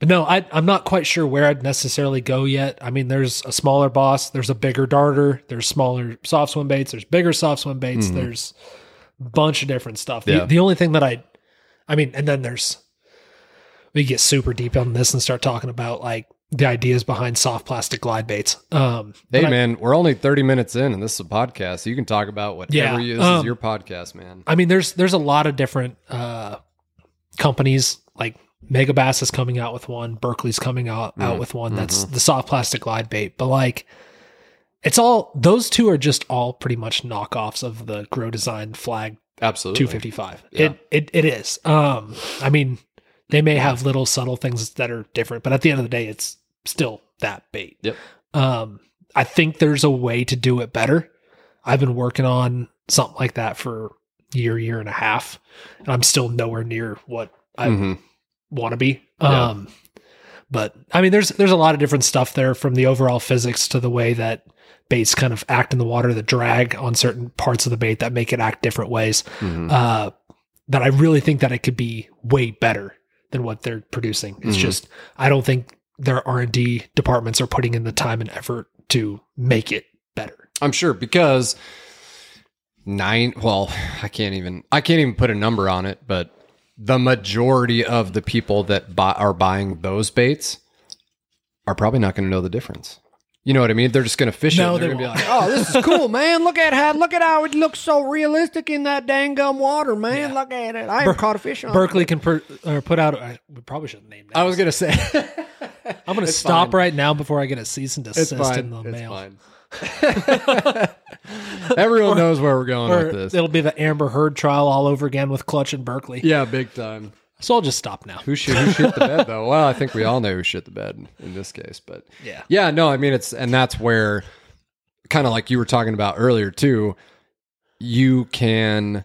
B: But no, I, I'm not quite sure where I'd necessarily go yet. I mean, there's a smaller boss, there's a bigger darter, there's smaller soft swim baits, there's bigger soft swim baits,
A: Mhm.
B: there's a bunch of different stuff. The,
A: Yeah.
B: the only thing that I, I mean, and then there's, we get super deep on this and start talking about like the ideas behind soft plastic glide baits. Um,
A: Hey
B: but I-
A: man, we're only thirty minutes in, and this is a podcast. You can talk about whatever.
B: Yeah,
A: you, this is
B: um,
A: your podcast, man.
B: I mean, there's there's a lot of different uh, companies like Megabass is coming out with one, Berkeley's coming out out
A: Mm,
B: with one. That's the soft plastic glide bait, but like it's all those two are just all pretty much knockoffs of the Grow Design Flag
A: Absolutely.
B: 255.
A: Yeah.
B: It it it is. Um, I mean, they may have little subtle things that are different, but at the end of the day, it's still that bait.
A: Yep.
B: Um, I think there's a way to do it better. I've been working on something like that for a year, year and a half, and I'm still nowhere near what I
A: Mhm.
B: want to be.
A: Yeah.
B: Um, but I mean, there's there's a lot of different stuff there, from the overall physics to the way that baits kind of act in the water, the drag on certain parts of the bait that make it act different ways
A: Mhm.
B: uh, that I really think that it could be way better than what they're producing. It's
A: Mhm.
B: just I don't think their R and D departments are putting in the time and effort to make it better.
A: I'm sure because nine. Well, I can't even. I can't even put a number on it. But the majority of the people that buy, are buying those baits are probably not going to know the difference. You know what I mean? They're just going to fish
B: No,
A: it. and They're
B: they
A: going to be like, "Oh, this is cool, man! Look at how look at how it looks so realistic in that dang gum water, man! Look at it! I haven't caught a fish on." it."
B: "Oh, Berkeley can per, or put out. I, we probably shouldn't name.
A: I
B: Names.
A: was going to say
B: I'm going to
A: it's
B: stop
A: fine.
B: right now before I get a cease and
A: it's
B: desist
A: fine.
B: in the
A: It's
B: mail.
A: fine. Everyone knows where we're going
B: Or
A: with this.
B: it'll be the Amber Heard trial all over again with Clutch and Berkeley.
A: Yeah, big time.
B: So I'll just stop now.
A: Who shit, who shit the bed though? Well, I think we all know who shit the bed in this case, but
B: Yeah.
A: yeah, no, I mean it's and that's where kind of like you were talking about earlier too, you can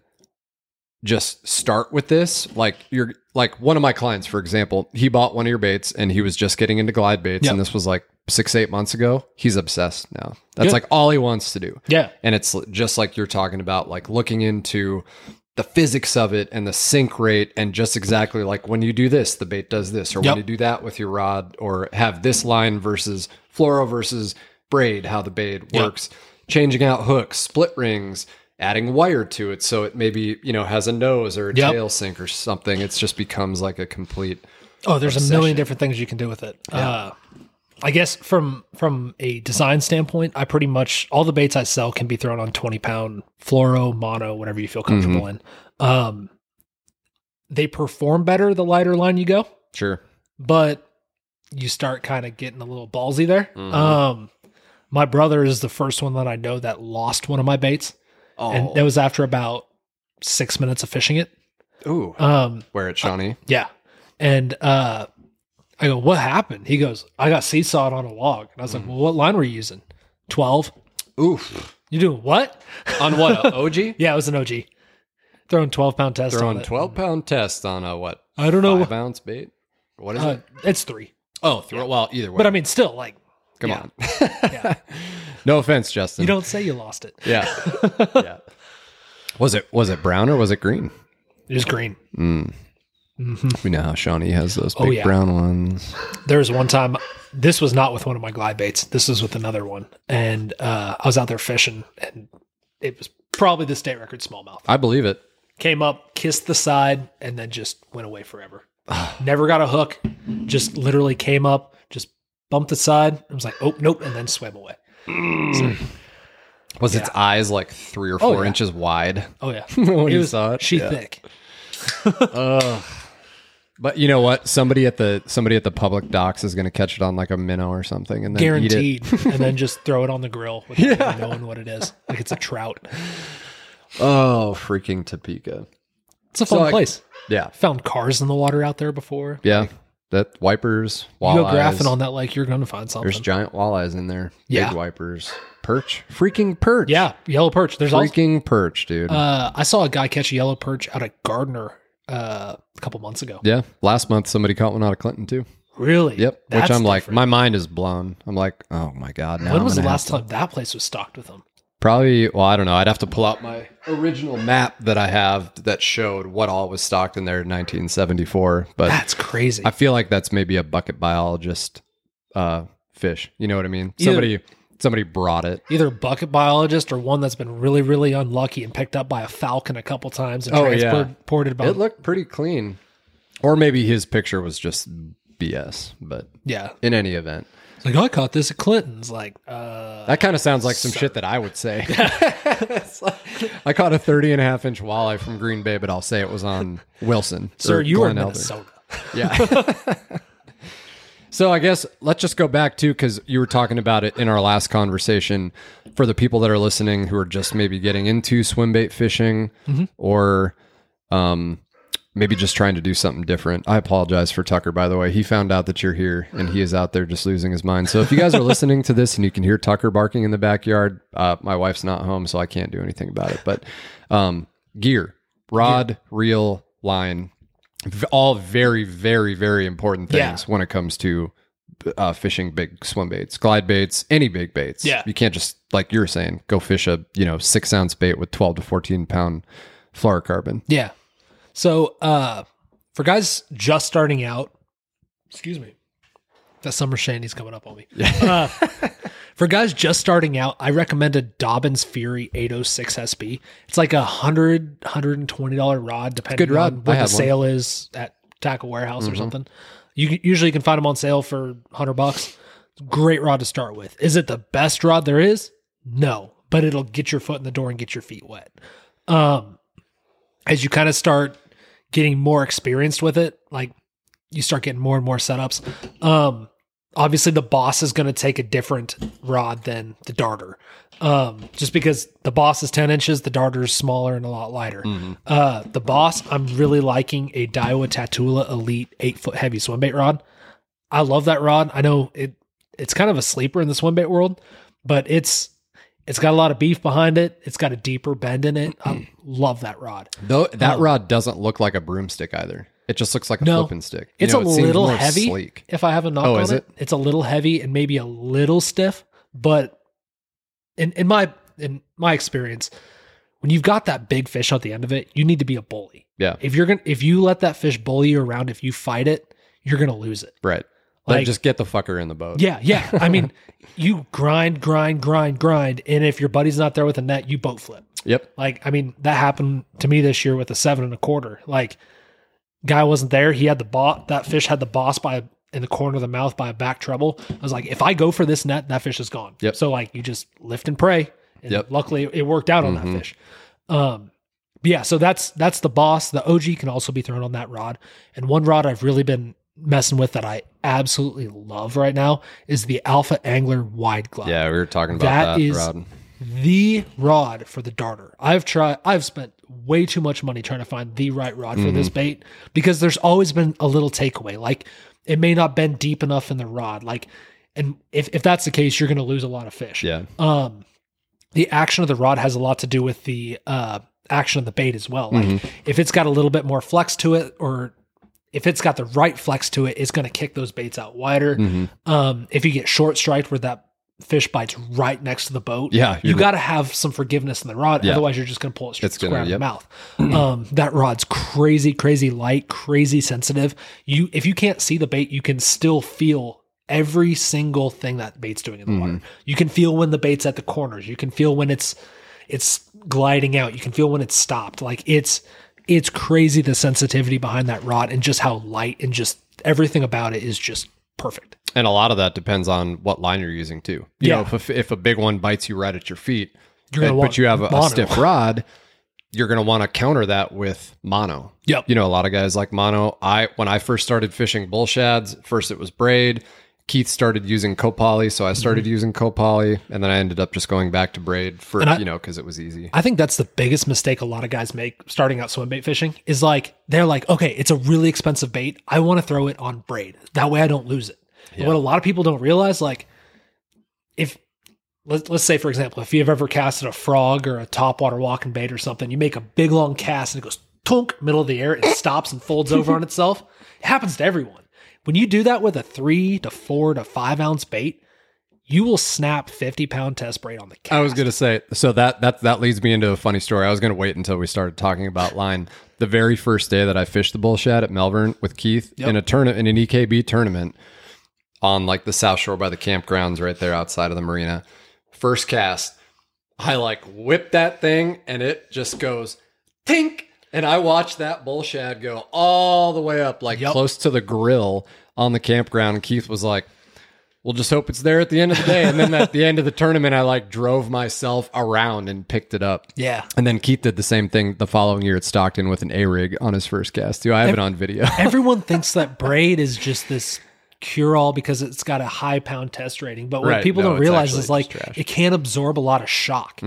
A: just start with this. Like you're like one of my clients, for example, he bought one of your baits and he was just getting into glide baits,
B: Yeah.
A: and this was like six, eight months ago. He's obsessed now. That's
B: Good.
A: like all he wants to do.
B: Yeah.
A: And it's l- just like you're talking about, like looking into the physics of it and the sink rate, and just exactly like when you do this, the bait does this, or
B: Yep.
A: when you do that with your rod, or have this line versus fluoro versus braid, how the bait
B: Yep.
A: works, changing out hooks, split rings, adding wire to it. So it maybe, you know, has a nose or a
B: Yep.
A: tail sink or something. It's just becomes like a complete.
B: Oh, there's a million different things you can do with it. Uh, I guess from from a design standpoint, I pretty much all the baits I sell can be thrown on 20 pound fluoro, mono, whatever you feel
A: Mm-hmm.
B: comfortable in. Um, they perform better the lighter line you go,
A: Sure.
B: but you start kind of getting a little ballsy there.
A: Mhm.
B: Um, my brother is the first one that I know that lost one of my baits,
A: Oh,
B: and that was after about six minutes of fishing it.
A: ooh.
B: Um,
A: Where it, Shawnee?
B: yeah. And uh I go, what happened? He goes, I got seesawed on a log. And I was like, well, what line were you using? 12.
A: Oof.
B: You doing what?
A: On what? a OG?
B: Yeah, it was an OG. Throwing 12 pound test on
A: Throwing
B: it.
A: 12 pound test on a what?
B: I don't know.
A: five ounce bait. What is
B: uh,
A: it?
B: it's three.
A: Oh, throw, well, either way.
B: But I mean, still, like,
A: Come
B: yeah.
A: on.
B: Yeah.
A: no offense, Justin.
B: you don't say you lost it.
A: yeah. yeah. Was it was it brown or was it green?
B: It was green.
A: We know how Shawnee has those big
B: Oh, yeah.
A: brown ones.
B: There was one time, this was not with one of my glide baits. This was with another one. And uh, I was out there fishing, and it was probably the state record smallmouth.
A: I believe it.
B: came up, kissed the side, and then just went away forever. Never got a hook. Just literally came up, just bumped the side. I was like, oh nope, and then swam away.
A: Was its eyes like three or four
B: yeah.
A: inches wide
B: Oh yeah,
A: when
B: it
A: you
B: was
A: saw it?
B: she
A: Yeah.
B: thick.
A: But you know what? Somebody at the somebody at the public docks is going to catch it on like a minnow or something, and then Eat it.
B: Guaranteed, and then just throw it on the grill without even knowing what it is. Like it's a trout.
A: Oh, freaking Topeka!
B: It's a fun
A: So, like,
B: place.
A: Yeah,
B: Found cars in the water out there before.
A: yeah. That wipers,
B: You go graphing
A: walleyes.
B: on that lake, you're going to find something.
A: There's giant walleyes in there.
B: Yeah.
A: Big wipers, perch, freaking perch.
B: yeah, yellow perch. There's also
A: freaking perch, dude.
B: uh, I saw a guy catch a yellow perch out of Gardner uh, a couple months ago.
A: yeah, last month somebody caught one out of Clinton too.
B: Really?
A: Yep,
B: That's
A: which I'm like,
B: different.
A: my mind is blown. I'm like, oh my god. Now
B: When
A: I'm
B: was the
A: gonna have
B: last
A: to-
B: time that place was stocked with them?
A: Probably, well, I don't know. I'd have to pull out my original map that I have that showed what all was stocked in there in 1974. But
B: That's crazy.
A: I feel like that's maybe a bucket biologist uh, fish. You know what I mean?
B: Either-
A: Somebody somebody brought it.
B: Either a bucket biologist or one that's been really, really unlucky and picked up by a falcon a couple times and
A: Oh, yeah.
B: transported by.
A: It looked pretty clean. Or maybe his picture was just BS. But
B: yeah.
A: in any event,
B: It's like, I caught this at Clinton's. Like, uh,
A: that kind of sounds like some shit that I would say. I caught a 30 and a half inch walleye from Green Bay, but I'll say it was on Wilson.
B: sir,
A: or
B: you are in
A: Glen Elder.
B: Minnesota.
A: Yeah. so I guess let's just go back to because you were talking about it in our last conversation. For the people that are listening who are just maybe getting into swim bait fishing
B: Mm-hmm.
A: or um, maybe just trying to do something different, I apologize for Tucker, by the way. He found out that you're here and he is out there just losing his mind. So if you guys are listening to this and you can hear Tucker barking in the backyard, uh, my wife's not home, so I can't do anything about it. But um, gear, rod, reel, line, v- all very, very, very important
B: Yeah.
A: things when it comes to uh, fishing big swim baits, glide baits, any big baits.
B: Yeah.
A: you can't just like you were saying, go fish a you know six ounce bait with twelve to fourteen pound fluorocarbon.
B: Yeah. So uh for guys just starting out, excuse me. That summer shandy's coming up on me. Uh, for guys just starting out, I recommend a Dobbins Fury 806 SB. It's like a hundred, hundred and twenty dollar rod, depending
A: good rod.
B: on
A: I
B: what the
A: have one. Mm-hmm.
B: sale is at Tackle Warehouse or something. You can- usually can find them on sale for hundred bucks. Great rod to start with. Is it the best rod there is? No, but it'll get your foot in the door and get your feet wet. Um, as you kind of start getting more experienced with it, like you start getting more and more setups. Um, obviously, the boss is going to take a different rod than the darter, um, just because the boss is 10 inches, the darter is smaller and a lot lighter. Uh, the boss, I'm really liking a Daiwa Tatula Elite eight foot heavy swim bait rod. I love that rod. I know it it's kind of a sleeper in the swim bait world, but it's it's got a lot of beef behind it. It's got a deeper bend in it. I love that rod.
A: Though that
B: Oh.
A: rod doesn't look like a broomstick either. It just looks like a
B: No.
A: flipping stick. You
B: It's
A: know,
B: a
A: it seems
B: little
A: more
B: heavy.
A: Sleek.
B: If I have a knock
A: Oh,
B: on
A: is
B: it, it's a little heavy and maybe a little stiff, but in in my in my experience, when you've got that big fish at the end of it, you need to be a bully.
A: Yeah.
B: If you're gonna if you let that fish bully you around, if you fight it, you're gonna lose it.
A: Right. Then
B: Like
A: just get the fucker in the boat.
B: yeah, yeah. I mean, you grind, grind, grind, grind, and if your buddy's not there with a net, you boat flip.
A: Yep.
B: Like, I mean, that happened to me this year with a seven and a quarter. Like, guy wasn't there. He had the bot. That fish had the boss by in the corner of the mouth by a back treble. I was like, if I go for this net, that fish is gone.
A: Yep.
B: So like, you just lift and pray. And
A: Yep.
B: Luckily, it worked out on
A: Mhm.
B: that fish. Um, but yeah. So that's that's the boss. The OG can also be thrown on that rod. And one rod I've really been messing with that I absolutely love right now is the Alpha Angler Wide Glide
A: Yeah, we were talking about that,
B: That is-
A: rod.
B: the rod for the darter. I've tried I've spent way too much money trying to find the right rod for this bait because there's always been a little takeaway. Like it may not bend deep enough in the rod. Like and if, if that's the case, you're gonna lose a lot of fish.
A: Yeah.
B: Um the action of the rod has a lot to do with the uh action of the bait as well. Like if it's got a little bit more flex to it or if it's got the right flex to it, it's going to kick those baits out wider.
A: Mm. Mm-hmm.
B: Um, if you get short striked where that fish bites right next to the boat,
A: Yeah,
B: you
A: you're-
B: got to have some forgiveness in the rod.
A: Yeah.
B: Otherwise, you're just going to pull it
A: It's
B: square
A: gonna-
B: in
A: yep.
B: the mouth. um, that rod's crazy, crazy light, crazy sensitive. You, if you can't see the bait, you can still feel every single thing that bait's doing in the
A: Mm-hmm.
B: water. You can feel when the bait's at the corners. You can feel when it's it's gliding out. You can feel when it's stopped. Like it's it's crazy the sensitivity behind that rod and just how light and just everything about it is just perfect.
A: And a lot of that depends on what line you're using too. You
B: Yeah.
A: know, if a, if a big one bites you right at your feet,
B: You're gonna
A: and-
B: want
A: but you have a, a
B: mono.
A: stiff rod, you're going to want to counter that with mono.
B: Yep.
A: You know, a lot of guys like mono. I when I first started fishing bull shads, first it was braid. Keith started using copoly, so I started using copoly, and then I ended up just going back to braid for
B: Mm-hmm. And I-
A: you know because it was easy.
B: I think that's the biggest mistake a lot of guys make starting out swim bait fishing is like they're like, okay, it's a really expensive bait. I want to throw it on braid. That way I don't lose it. And What a lot of people don't realize, like if let's let's say for example, if you've ever casted a frog or a topwater walking bait or something, you make a big long cast and it goes tunk middle of the air, it stops and folds over on itself. It happens to everyone. When you do that with a three to four to five ounce bait, you will snap 50 pound test braid on the cast.
A: I was gonna say so that that that leads me into a funny story. I was gonna wait until we started talking about line. The very first day that I fished the bullshad at Melbourne with Keith
B: Yep.
A: in a tournament in an EKB tournament on like the South Shore by the campgrounds right there outside of the marina. First cast, I like whip that thing and it just goes tink. And I watched that bullshad go all the way up, like
B: Yep.
A: close to the grill on the campground. And Keith was like, We'll just hope it's there at the end of the day. And then at the end of the tournament, I like drove myself around and picked it up.
B: Yeah.
A: And then Keith did the same thing the following year at Stockton with an A rig on his first cast, too. I have it on video.
B: Everyone thinks that braid is just this cure all because it's got a high pound test rating. But what
A: Right,
B: people
A: no,
B: don't
A: it's
B: realize
A: actually
B: is like
A: just trash.
B: it can't absorb a lot of shock.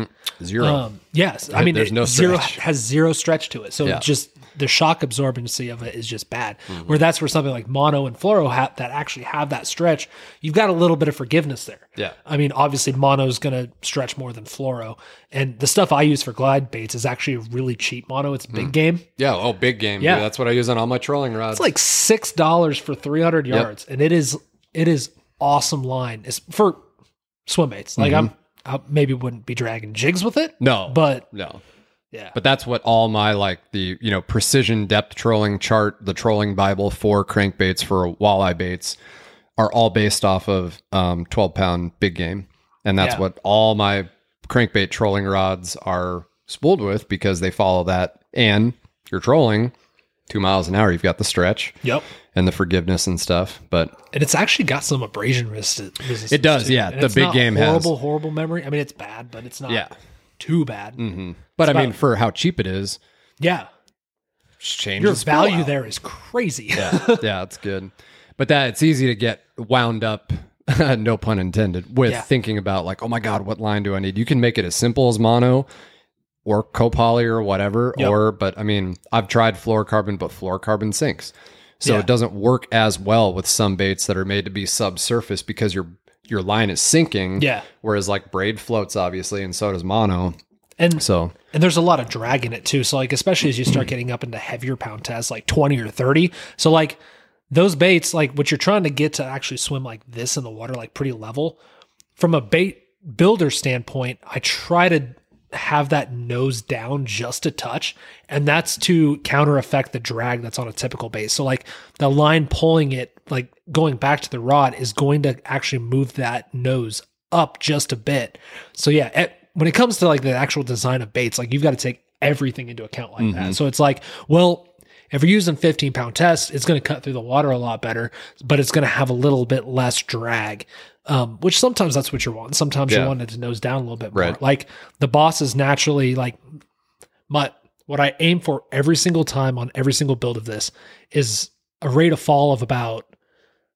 A: Zero.
B: Um, yes, I mean
A: there's
B: it-
A: no
B: zero
A: stretch.
B: has zero stretch to it, so
A: Yeah. Mm-hmm.
B: just the shock absorbency of it is just bad. Where that's where something like mono and fluoro have that actually have that stretch, you've got a little bit of forgiveness there.
A: Yeah.
B: I mean obviously mono's going to stretch more than fluoro, and the stuff I use for glide baits is actually a really cheap mono. It's big game.
A: yeah. Oh, big game.
B: Yeah.
A: Yeah. That's what I use on all my trolling rods.
B: It's like six dollars for three hundred yards, and it is it is awesome line. It's for swim baits. Like I'm.
A: Mm-hmm.
B: I maybe wouldn't be dragging jigs with it.
A: no.
B: But
A: no.
B: yeah.
A: But that's what all my like the you know precision depth trolling chart, the trolling bible for crankbaits for walleye baits are all based off of um, twelve pound big game, and that's
B: Yeah.
A: what all my crankbait trolling rods are spooled with because they follow that. And you're trolling two miles an hour, you've got the stretch
B: yep.
A: and the forgiveness and stuff. But
B: and it's actually got some abrasion resist- resistance.
A: It does,
B: to
A: yeah.
B: And
A: The
B: it's
A: big
B: not
A: game has-
B: horrible, horrible memory. I mean, it's bad, but it's not
A: Yeah. Mm-hmm.
B: too bad.
A: but I
B: about-
A: mean, for how cheap it is,
B: Yeah,
A: change
B: your value there is crazy.
A: yeah, it's good. But that it's easy to get wound up, no pun intended, with
B: Yeah.
A: thinking about like, oh my god, what line do I need? You can make it as simple as mono or copoly or whatever.
B: Yep.
A: Or but I mean, I've tried fluorocarbon, but fluorocarbon sinks. So
B: Yeah.
A: it doesn't work as well with some baits that are made to be subsurface because your your line is sinking.
B: Yeah.
A: Whereas like braid floats obviously and so does mono.
B: and
A: So
B: and there's a lot of drag in it too. So like, especially as you start getting up into heavier pound tests, like twenty or thirty. So like those baits, like what you're trying to get to actually swim like this in the water, like pretty level. From a bait builder standpoint, I try to have that nose down just a touch, and that's to counter effect the drag that's on a typical bait. So like the line pulling it, like going back to the rod, is going to actually move that nose up just a bit. So yeah, at, when it comes to like the actual design of baits, like you've got to take everything into account like that. So it's like, well, if you're using 15 pound test, it's going to cut through the water a lot better, but it's going to have a little bit less drag. Um, which sometimes that's what you're wanting. Sometimes you
A: Yeah.
B: want it to nose down a little bit more.
A: Right.
B: Like the boss is naturally like my what I aim for every single time on every single build of this is a rate of fall of about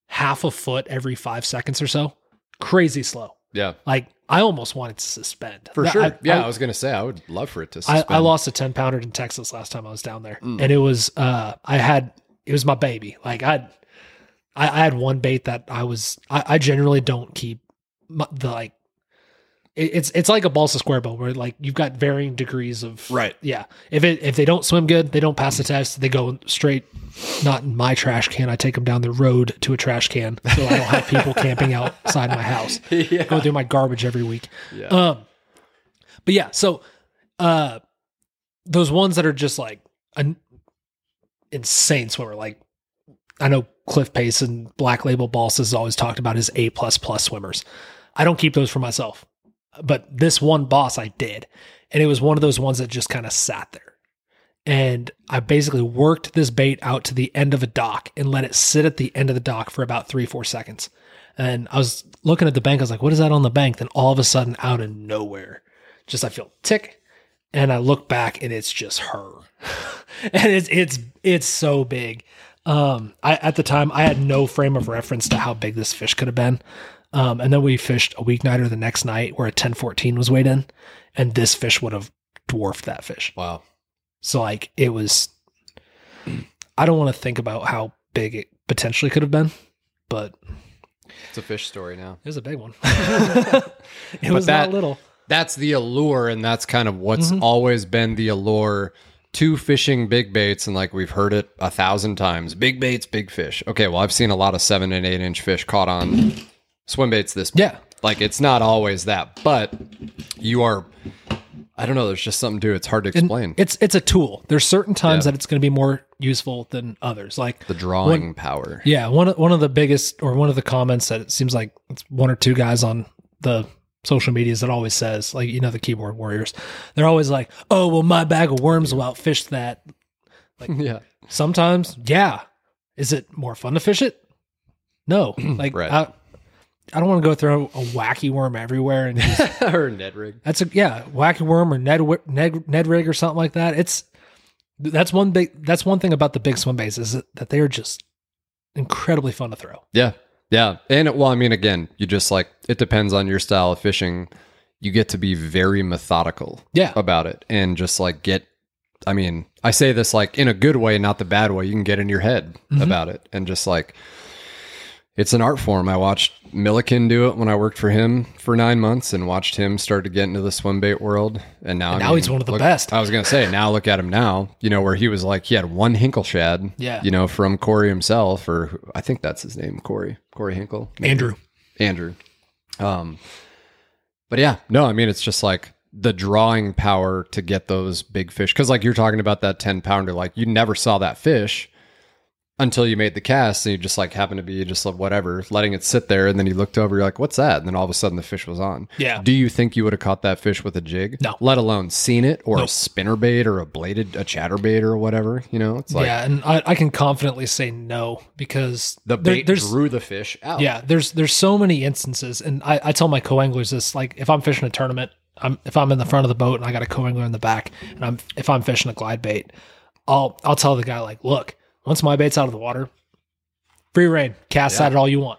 B: half a foot every five seconds or so. Crazy slow.
A: yeah.
B: Like I almost wanted to suspend
A: For
B: That-
A: sure.
B: I-
A: yeah, I,
B: I-
A: was gonna say I would love for it to Mm.
B: I,
A: suspend.
B: I lost a 10 pounder in Texas last time I was down there. And it was, uh, I had, it was my baby. Like I'd, I, I had one bait that I was, I, I generally don't keep my, the like, it- it's, it's like a balsa square bow where like you've got varying degrees of,
A: Right. Mm.
B: Yeah. If it, if they don't swim good, they don't pass the test. They go straight, not in my trash can. I take them down the road to a trash can. So I don't have people camping outside my house,
A: Yeah.
B: go through my garbage every week.
A: Yeah.
B: Um, but yeah, so uh, those ones that are just like an insane swimmer, like I know Cliff Pace and Black Label Boss has always talked about his A plus plus swimmers. I don't keep those for myself, but this one boss I did, and it was one of those ones that just kind of sat there. And I basically worked this bait out to the end of a dock and let it sit at the end of the dock for about three, four seconds. And I was looking at the bank. I was like, what is that on the bank? Then all of a sudden, out of nowhere, just I feel tick. And I look back and it's just her. and it's it's it's so big. Um, I at the time I had no frame of reference to how big this fish could have been. Um, and then we fished a weeknight or the next night where a 1014 was weighed in, and this fish would have dwarfed that fish.
A: wow.
B: So like it was I don't want to think about how big it potentially could have been, but
A: It's a fish story now.
B: it was a big one. it was
A: that-
B: that, not little.
A: that's the allure and that's kind of what's always been the allure to fishing big baits and like we've heard it a thousand times big baits big fish okay well i've seen a lot of seven and eight inch fish caught on swim baits this
B: Yeah.
A: Like it's not always that, but you are. I don't know. There's just something to it. It's hard to explain.
B: It's it's a tool. There's certain times
A: Yeah.
B: that it's going to be more useful than others. Like
A: the drawing power.
B: yeah, one of- one of the biggest or one of the comments that it seems like it's one or two guys on the social medias that always says like you know the keyboard warriors. They're always like, "Oh, well my bag of worms will outfish that."
A: Yeah.
B: Sometimes, yeah. Is it more fun to fish it? No. Like
A: Right.
B: I, I don't want to go throw a wacky worm everywhere and
A: or Ned Rig.
B: That's a yeah, wacky worm or Ned Wi- Ned Ned rig or something like that. It's that's one big that's one thing about the big swim baits is that they are just incredibly fun to throw.
A: Yeah. Yeah. And well, I mean, again, you just like, it depends on your style of fishing. You get to be very methodical
B: Yeah.
A: about it and just like get, I mean, I say this like in a good way, not the bad way. You can get in your head
B: Mm-hmm.
A: about it and just like, it's an art form. I watched Milliken do it when I worked for him for nine months and watched him start to get into the swim bait world. And now, I
B: now
A: mean,
B: he's one of the
A: look-
B: best.
A: I was going to say, now look at him now, you know, where he was like, he had one Hinkle shad,
B: Yeah.
A: you know, from Corey himself, or who- I think that's his name, Corey, Corey Hinkle,
B: Andrew.
A: Andrew. Um, but yeah, no, I mean, it's just like the drawing power to get those big fish. Cause like you're talking about that 10 pounder, like you never saw that fish until you made the cast and you just like happened to be just like whatever, letting it sit there. And then you looked over, you're like, what's that? And then all of a sudden the fish was on.
B: Yeah.
A: Do you think you would have caught that fish with a jig?
B: No.
A: Let alone seen it or a spinner bait or a bladed, a chatterbait or whatever, you know, it's like
B: yeah, and I, I can confidently say no because
A: the
B: there-
A: bait
B: there's
A: drew the fish out.
B: yeah, there's there's so many instances, and I, I tell my co-anglers this like if I'm fishing a tournament, I'm if I'm in the front of the boat and I got a co-angler in the back, and I'm if I'm fishing a glide bait, I'll I'll tell the guy like, look, once my bait's out of the water, free reign, cast
A: Yeah.
B: at it all you want.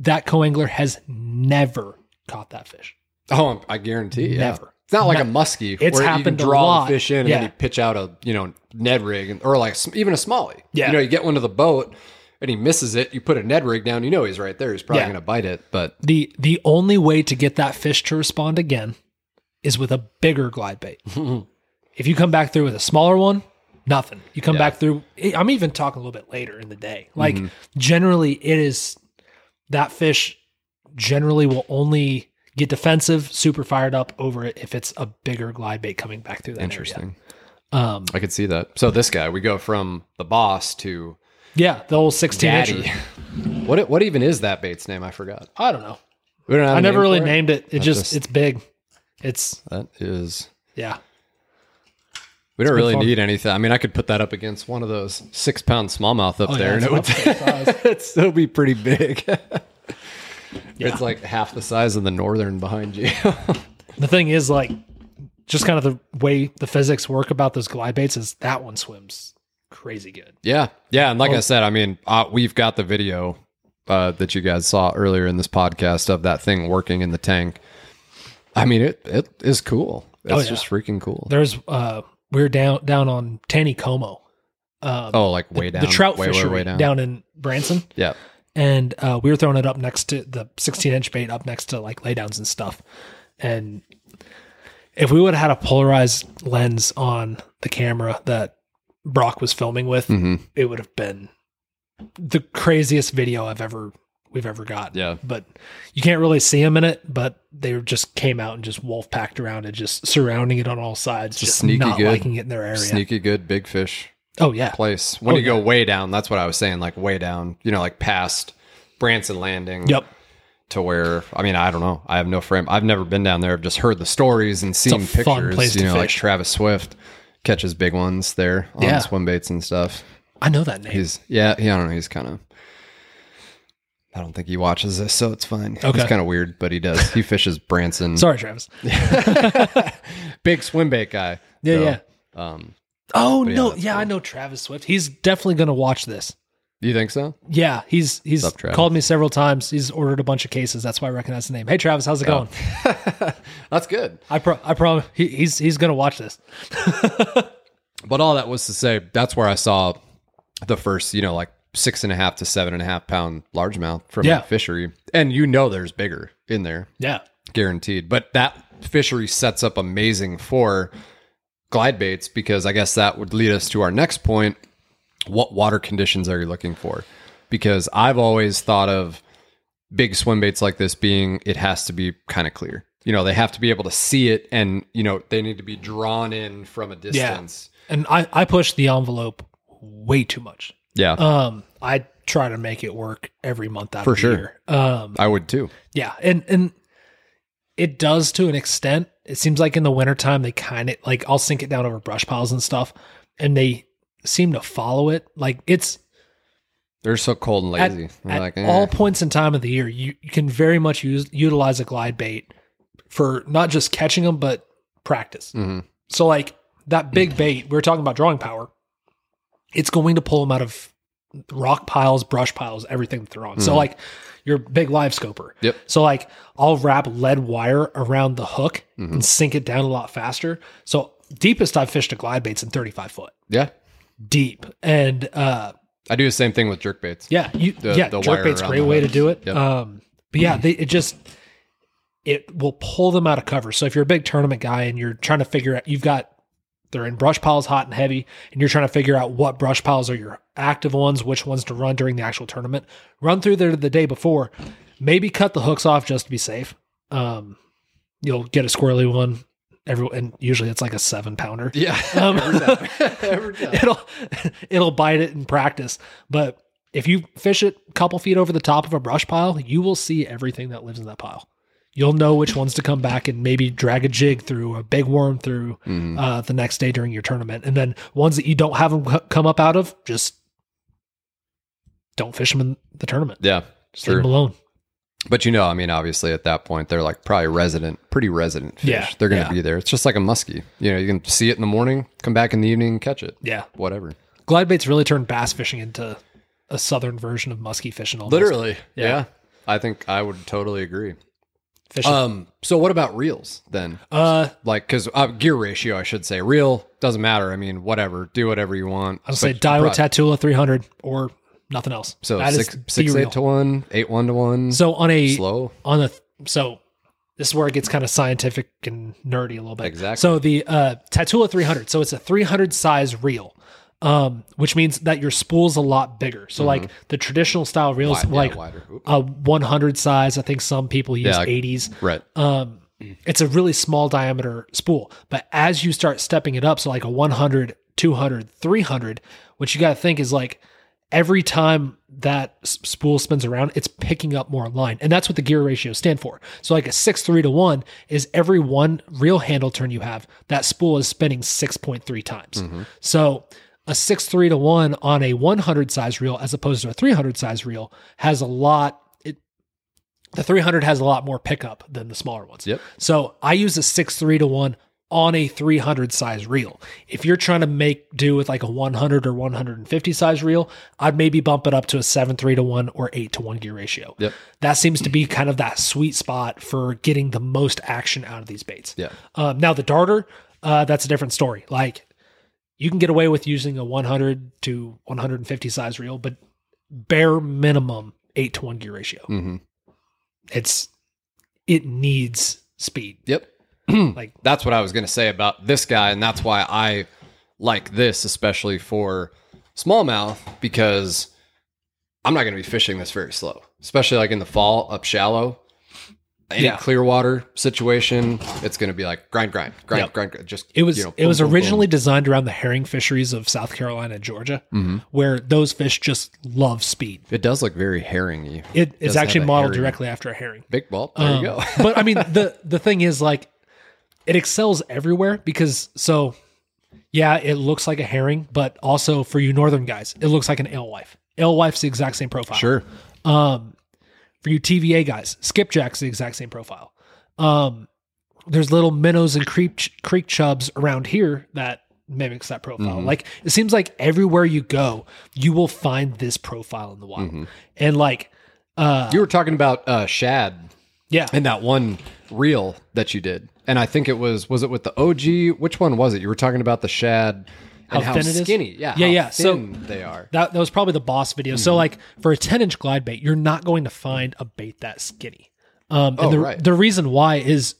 B: That co-angler has never caught that fish.
A: Oh, I'm- I guarantee. Yeah.
B: Never.
A: It's not like
B: No.
A: a muskie
B: It's
A: where you can
B: happened a
A: draw
B: lot.
A: the fish in and
B: Yeah.
A: then you pitch out a you know Ned rig and- or like s- even a smallie.
B: Yeah.
A: You know, you get one to the boat and he misses it. You put a Ned rig down. You know he's right there. He's probably
B: Yeah.
A: going to bite it. But
B: the the only way to get that fish to respond again is with a bigger glide bait. if you come back through with a smaller one, nothing. You come back through. eh, I'm even talking a little bit later in the day.
A: Mm-hmm.
B: Like generally, it is that fish generally will only get defensive, super fired up over it if it's a bigger glide bait coming back through that
A: interesting.
B: area. Um,
A: I could see that. So this guy, we go from the boss to
B: yeah, the whole 16
A: daddy.
B: inch.
A: what what even is that bait's name? I forgot.
B: I don't know.
A: We don't have
B: I
A: a
B: never
A: name
B: really
A: for it?
B: named it. It just
A: just-
B: it's big. It's
A: That is.
B: yeah.
A: We don't really
B: fun.
A: need anything. I mean, I could put that up against one of those six pound smallmouth up there,
B: Oh, yeah,
A: and it would
B: it's about that size.
A: it'd still be pretty big. It's like half the size of the northern behind you.
B: the thing is like just kind of the way the physics work about those glide baits is that one swims crazy good.
A: yeah, yeah, and like
B: Oh.
A: I said, I mean, uh, we've got the video uh, that you guys saw earlier in this podcast of that thing working in the tank. I mean, it it is cool. It's
B: Oh, yeah.
A: just freaking cool.
B: There's uh we were down down on Tanny Como,
A: oh, like way down,
B: the trout
A: way, way,
B: fishery
A: way
B: down.
A: down.
B: in Branson,
A: Yeah,
B: and uh, we were throwing it up next to the 16 inch bait up next to like laydowns and stuff. And if we would have had a polarized lens on the camera that Brock was filming with,
A: Mm-hmm.
B: it would have been the craziest video I've ever we've ever got.
A: Yeah.
B: But you can't really see them in it, but they just came out and just wolf packed around it, just surrounding it on all sides, just,
A: sneaky
B: not
A: good.
B: liking it in their area.
A: sneaky good big fish
B: Oh yeah.
A: place. When you go way down, that's what I was saying. Like way down, you know, like past Branson Landing.
B: Yep.
A: to where I mean I don't know I have no frame I've never been down there I've just heard the stories and seen
B: fun
A: pictures
B: place
A: you
B: to
A: know like
B: fish.
A: Travis Swift catches big ones there on
B: Yeah.
A: swim baits and stuff
B: I know that name.
A: he's yeah yeah I don't know he's kind of I don't think he watches this so it's fine
B: Okay.
A: he's kind of weird but he does he fishes Branson
B: Sorry, Travis.
A: big swim bait guy
B: Yeah,
A: So,
B: yeah.
A: um
B: Oh
A: yeah,
B: no,
A: that's
B: yeah, I know Travis Swift. He's definitely gonna watch this.
A: you think so
B: Yeah, he's he's
A: Sup, Travis?
B: called me several times. He's ordered a bunch of cases. That's why I recognize the name. Hey Travis, how's
A: Oh.
B: it going?
A: that's good
B: I pro I promise he, he's he's gonna watch this.
A: But all that was to say, that's where I saw the first, you know, like six and a half to seven and a half pound largemouth from
B: Yeah.
A: that fishery. And you know there's bigger in there,
B: Yeah.
A: guaranteed. But that fishery sets up amazing for glide baits because I guess that would lead us to our next point. What water conditions are you looking for? Because I've always thought of big swim baits like this being it has to be kind of clear. You know, they have to be able to see it and, you know, they need to be drawn in from a distance.
B: And I, I push the envelope way too much.
A: Yeah.
B: Um, I try to make it work every month out
A: For
B: of the
A: sure.
B: year. Um,
A: I would too.
B: yeah, and and it does to an extent. It seems like in the wintertime they kind of like I'll sink it down over brush piles and stuff, and they seem to follow it. Like it's
A: They're so cold and
B: At-
A: lazy. They're
B: at
A: like, eh.
B: all points in time of the year, you, you can very much use utilize a glide bait for not just catching them, but practice.
A: Mhm.
B: So like that big bait, we were talking about drawing power. It's going to pull them out of rock piles, brush piles, everything that they're on. So
A: Mhm.
B: like your big live scoper.
A: Yep.
B: So like I'll wrap lead wire around the hook
A: Mhm.
B: and sink it down a lot faster. So deepest I've fished a glide bait's in 35 foot
A: Yeah.
B: deep. And uh
A: I do the same thing with jerk baits.
B: yeah, you
A: The-
B: yeah,
A: the wire
B: jerk bait's a
A: around
B: great
A: the
B: way to
A: hooks.
B: do it.
A: Yep.
B: Um but yeah, they, it just it will pull them out of cover. So if you're a big tournament guy and you're trying to figure out you've got they're in brush piles hot and heavy and you're trying to figure out what brush piles are your active ones, which ones to run during the actual tournament, run through there the day before, maybe cut the hooks off just to be safe. Um you'll get a squirrely one. Every, and usually it's like a seven pounder
A: Yeah.
B: Um,
A: Every time. Every time.
B: it'll it'll bite it in practice. But if you fish it a couple feet over the top of a brush pile, you will see everything that lives in that pile. You'll know which ones to come back and maybe drag a jig through, a big worm through
A: Mhm.
B: uh, the next day during your tournament. And then ones that you don't have them come up out of, just don't fish them in the tournament.
A: Yeah.
B: Just leave them
A: True.
B: alone.
A: But you know, I mean, obviously at that point, they're like probably resident, pretty resident fish.
B: Yeah,
A: They're going to
B: yeah.
A: be there. It's just like a muskie. You know, you can see it in the morning, come back in the evening, catch it,
B: Yeah.
A: whatever.
B: Glide baits really turned bass fishing into a southern version of musky fishing. Almost.
A: Yeah. I think I would totally agree.
B: Fishing.
A: Um, so what about reels then?
B: uh,
A: Like, because uh, gear ratio, I should say, reel doesn't matter. I mean, whatever, do whatever you want.
B: I'll say
A: But
B: Daiwa
A: probably-
B: Tatula 300 or nothing else.
A: So
B: That is
A: six, six
B: the real.
A: eight to one, eight one to one.
B: So on a
A: slow.
B: on a so this is where it gets kind of scientific and nerdy a little bit.
A: Exactly.
B: So the uh, Tatula 300. So it's a 300 size reel, um, which means that your spool's a lot bigger. So like the traditional style reels,
A: Wide- Mm-hmm. yeah,
B: like
A: wider. Oop.
B: a 100 size. I think some people use
A: Yeah, like-
B: 80s.
A: Right.
B: Um, it's a really small diameter spool, but as you start stepping it up, so like a 100, 200, 300, what you got to think is like every time that s- spool spins around, it's picking up more line. And that's what the gear ratios stand for. So like a six, three to one is every one reel handle turn you have, that spool is spinning 6.3 times. So a six, three to one on a 100 size reel, as opposed to a 300 size reel has a lot, it, the 300 has a lot more pickup than the smaller ones.
A: Yep.
B: So I use a six three to one on a 300 size reel. If you're trying to make do with like a 100 or 150 size reel, I'd maybe bump it up to a seven three to one or eight to one gear ratio.
A: Yep.
B: That seems to be kind of that sweet spot for getting the most action out of these baits.
A: Yeah.
B: Um, now the darter, uh, that's a different story. Like you can get away with using a 100 to 150 size reel, but bare minimum eight to one gear ratio.
A: Mm-hmm.
B: It's it needs speed.
A: Yep.
B: Like-
A: that's what I was going to say about this guy, and that's why I like this, especially for smallmouth, because I'm not going to be fishing this very slow, especially like in the fall up shallow. Any
B: Yeah.
A: clear water situation, it's going to be like grind, grind, grind,
B: Yep.
A: grind, grind. Just
B: It was
A: you know,
B: it was
A: boom, boom, boom.
B: originally designed around the herring fisheries of South Carolina and Georgia, where those fish just love speed.
A: Mm-hmm. It does look very herringy.
B: It is
A: Does have
B: actually
A: a
B: modeled
A: herring.
B: directly after a herring.
A: Big ball. There you go.
B: Um, but I mean the the thing is like it excels everywhere because so yeah, it looks like a herring, but also for you northern guys, it looks like an alewife. Alewife's the exact same profile.
A: sure.
B: Um, for you TVA guys, skipjack's the exact same profile. Um, there's little minnows and creep creek chubs around here that mimics that profile.
A: Mm-hmm.
B: Like it seems like everywhere you go, you will find this profile in the wild.
A: Mm-hmm.
B: And like, uh,
A: You were talking about uh, shad
B: yeah,
A: and that one reel that you did and i think it was was it with the og which one was it you were talking about the shad and
B: How
A: how,
B: thin it is?
A: skinny yeah
B: Yeah,
A: how
B: yeah, so-
A: thin they are
B: that that was probably the boss video.
A: Mm-hmm.
B: So like for a 10 inch glide bait, you're not going to find a bait that skinny. Um, and
A: Oh,
B: the,
A: right.
B: the reason why is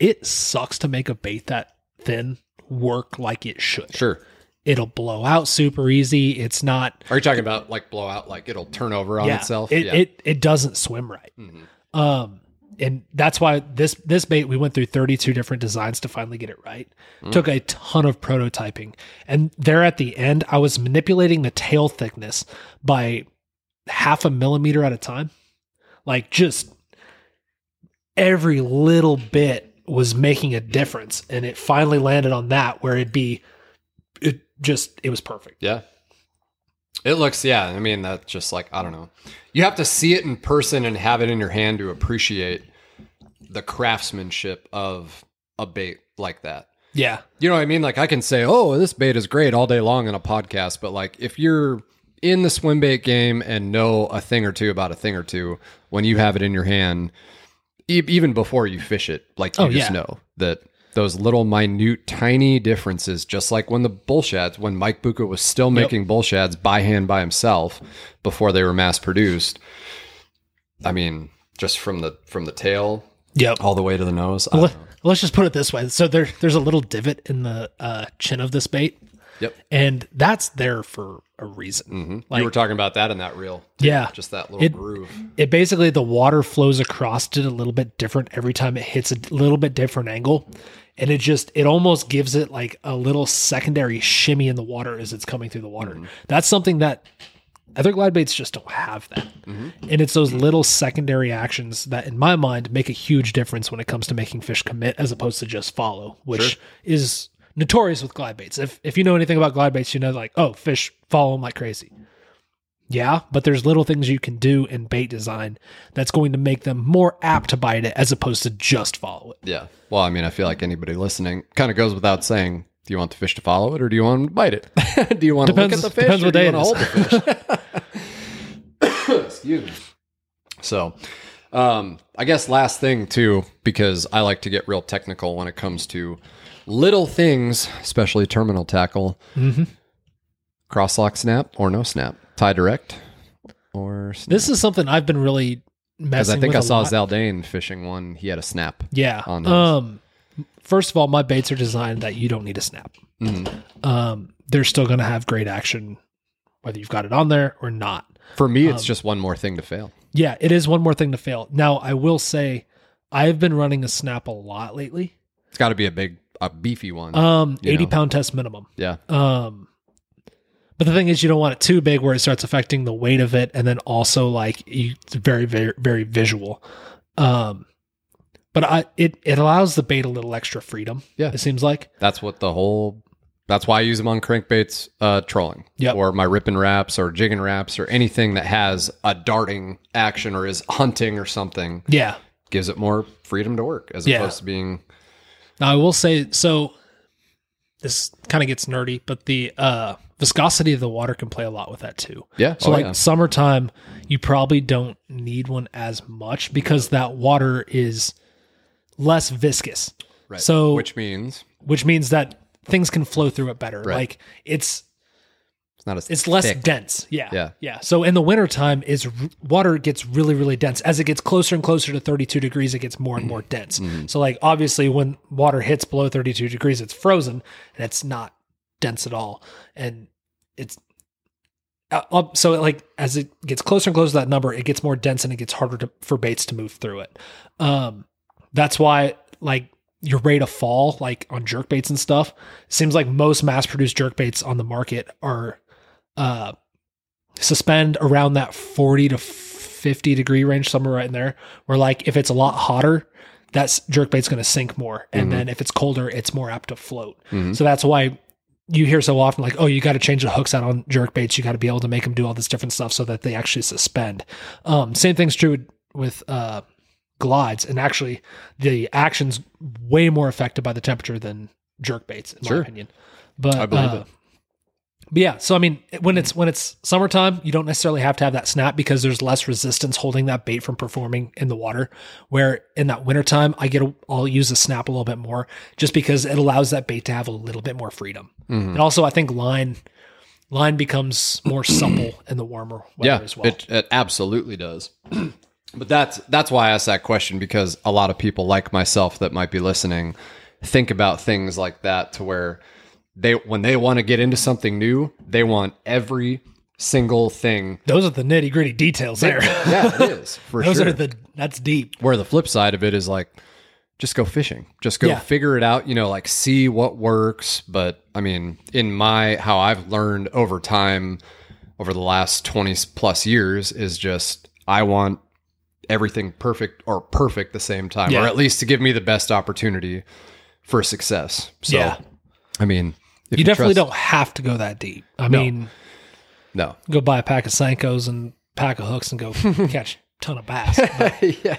B: it sucks to make a bait that thin work like it should.
A: sure
B: It'll blow out super easy. It's not
A: Are you talking about like blowout? Like it'll turn over on
B: yeah,
A: itself?
B: It, it it doesn't swim right.
A: Mhm.
B: Um, and that's why this this bait we went through 32 different designs to finally get it right. Took a ton of prototyping, and there at the end, I was manipulating the tail thickness by half a millimeter at a time, like just every little bit was making a difference, and it finally landed on that where it'd be, it just it was perfect.
A: Yeah. It looks, yeah. I mean, that's just like, I don't know. You have to see it in person and have it in your hand to appreciate the craftsmanship of a bait like that.
B: Yeah,
A: You know what I mean? Like, I can say, oh, this bait is great all day long on a podcast, but like, if you're in the swim bait game and know a thing or two about a thing or two, when you have it in your hand, e- even before you fish it, like, you
B: Oh,
A: just
B: yeah.
A: know that those little minute, tiny differences, just like when the bull shads, when Mike Buka was still making bull shads by hand by himself before they were mass produced. I mean, just from the from the tail
B: yep.
A: all the way to the nose. I
B: Let,
A: don't know.
B: us just put it this way. So there, there's a little divot in the uh, chin of this bait,
A: Yep.
B: and that's there for a reason.
A: you were talking about that in that reel.
B: Yeah,
A: Mm-hmm. just that little
B: It-
A: groove.
B: it basically the water flows across it a little bit different every time it hits a little bit different angle, and it just it almost gives it like a little secondary shimmy in the water as it's coming through the water. That's something that other glide baits just don't have that, and it's those little secondary actions that, in my mind, make a huge difference when it comes to making fish commit as opposed to just follow, which
A: Sure.
B: is notorious with glide baits. If if you know anything about glide baits, you know like oh fish follow them like crazy. Yeah, but there's little things you can do in bait design that's going to make them more apt to bite it as opposed to just follow it.
A: Yeah. Well, I mean, I feel like anybody listening kind of goes without saying. Do you want the fish to follow it, or do you want them to bite it? do you want to
B: Depends-
A: look at the fish,
B: depends
A: or
B: what
A: do you
B: day
A: want to
B: it
A: hold the fish? Excuse me. So, um, I guess last thing too, because I like to get real technical when it comes to little things, especially terminal tackle,
B: Mm-hmm.
A: cross lock snap or no snap, tie direct or snap.
B: This is something I've been really
A: Because
B: messing
A: I think
B: with
A: I
B: a
A: saw
B: lot.
A: Zaldane fishing one. He had a snap.
B: Yeah.
A: on his.
B: Um first of all, my baits are designed that you don't need a snap.
A: Mm-hmm.
B: Um they're still going to have great action whether you've got it on there or not.
A: For me,
B: Um,
A: it's just one more thing to fail.
B: Yeah, it is one more thing to fail. Now, I will say I've been running a snap a lot lately.
A: It's got to be a big, a beefy one.
B: Um
A: You know.
B: 80 pound test minimum.
A: yeah.
B: Um, but the thing is, you don't want it too big where it starts affecting the weight of it, and then also like you, it's very, very, very visual. Um, but I it it allows the bait a little extra freedom.
A: Yeah.
B: it seems like
A: That's what the whole, that's why I use them on crankbaits, uh, trolling.
B: Yep.
A: Or my ripping wraps or jigging wraps or anything that has a darting action or is hunting or something
B: yeah.
A: gives it more freedom to work as
B: Yeah.
A: opposed to being,
B: Now I will say so. This kind of gets nerdy, but the uh, viscosity of the water can play a lot with that too.
A: yeah.
B: So
A: oh,
B: like
A: yeah.
B: summertime, you probably don't need one as much because that water is less viscous.
A: Right.
B: So
A: which means
B: which means that things can flow through it better.
A: Right.
B: Like it's
A: it's not as,
B: it's less
A: thick.
B: dense. Yeah.
A: Yeah.
B: Yeah. So in the wintertime is r- water gets really really dense. As it gets closer and closer to 32 degrees it gets more and more dense.
A: Mm-hmm.
B: So like obviously when water hits below 32 degrees it's frozen and it's not dense at all and it's uh, up- so like as it gets closer and closer to that number it gets more dense and it gets harder to, for baits to move through it. Um that's why like your rate of fall like on jerk baits and stuff seems like most mass produced jerk baits on the market are uh suspend around that 40 to 50 degree range somewhere right in there where like if it's a lot hotter that s- jerk bait's going to sink more and then if it's colder it's more apt to float
A: Mhm.
B: so that's why you hear so often like oh you got to change the hooks out on jerk baits you got to be able to make them do all this different stuff so that they actually suspend um same thing's true with, with uh glides and actually the action's way more affected by the temperature than jerk baits in
A: Sure.
B: my opinion but
A: I believe
B: uh,
A: it.
B: but yeah, so I mean, when it's when it's summertime, you don't necessarily have to have that snap because there's less resistance holding that bait from performing in the water. Where in that wintertime, I get a, I'll use a snap a little bit more just because it allows that bait to have a little bit more freedom.
A: Mm-hmm.
B: And also, I think line line becomes more supple in the warmer weather
A: yeah,
B: as well.
A: It, it absolutely does. but that's that's why I asked that question because a lot of people like myself that might be listening think about things like that to where they when they want to get into something new, they want every single thing.
B: Those are the nitty gritty details there.
A: yeah, it is for
B: Those
A: sure.
B: are the that's deep.
A: Where the flip side of it is like, just go fishing, just go
B: Yeah.
A: figure it out. You know, like see what works. But I mean, in my how I've learned over time, over the last twenty plus years, is just I want everything perfect or perfect the same time,
B: Yeah.
A: or at least to give me the best opportunity for success. So,
B: Yeah.
A: I mean, if
B: You, definitely
A: trust-
B: don't have to go that deep. I mean,
A: No,
B: go buy a pack of Sankos and pack of hooks and go catch a ton of bass. But,
A: yeah.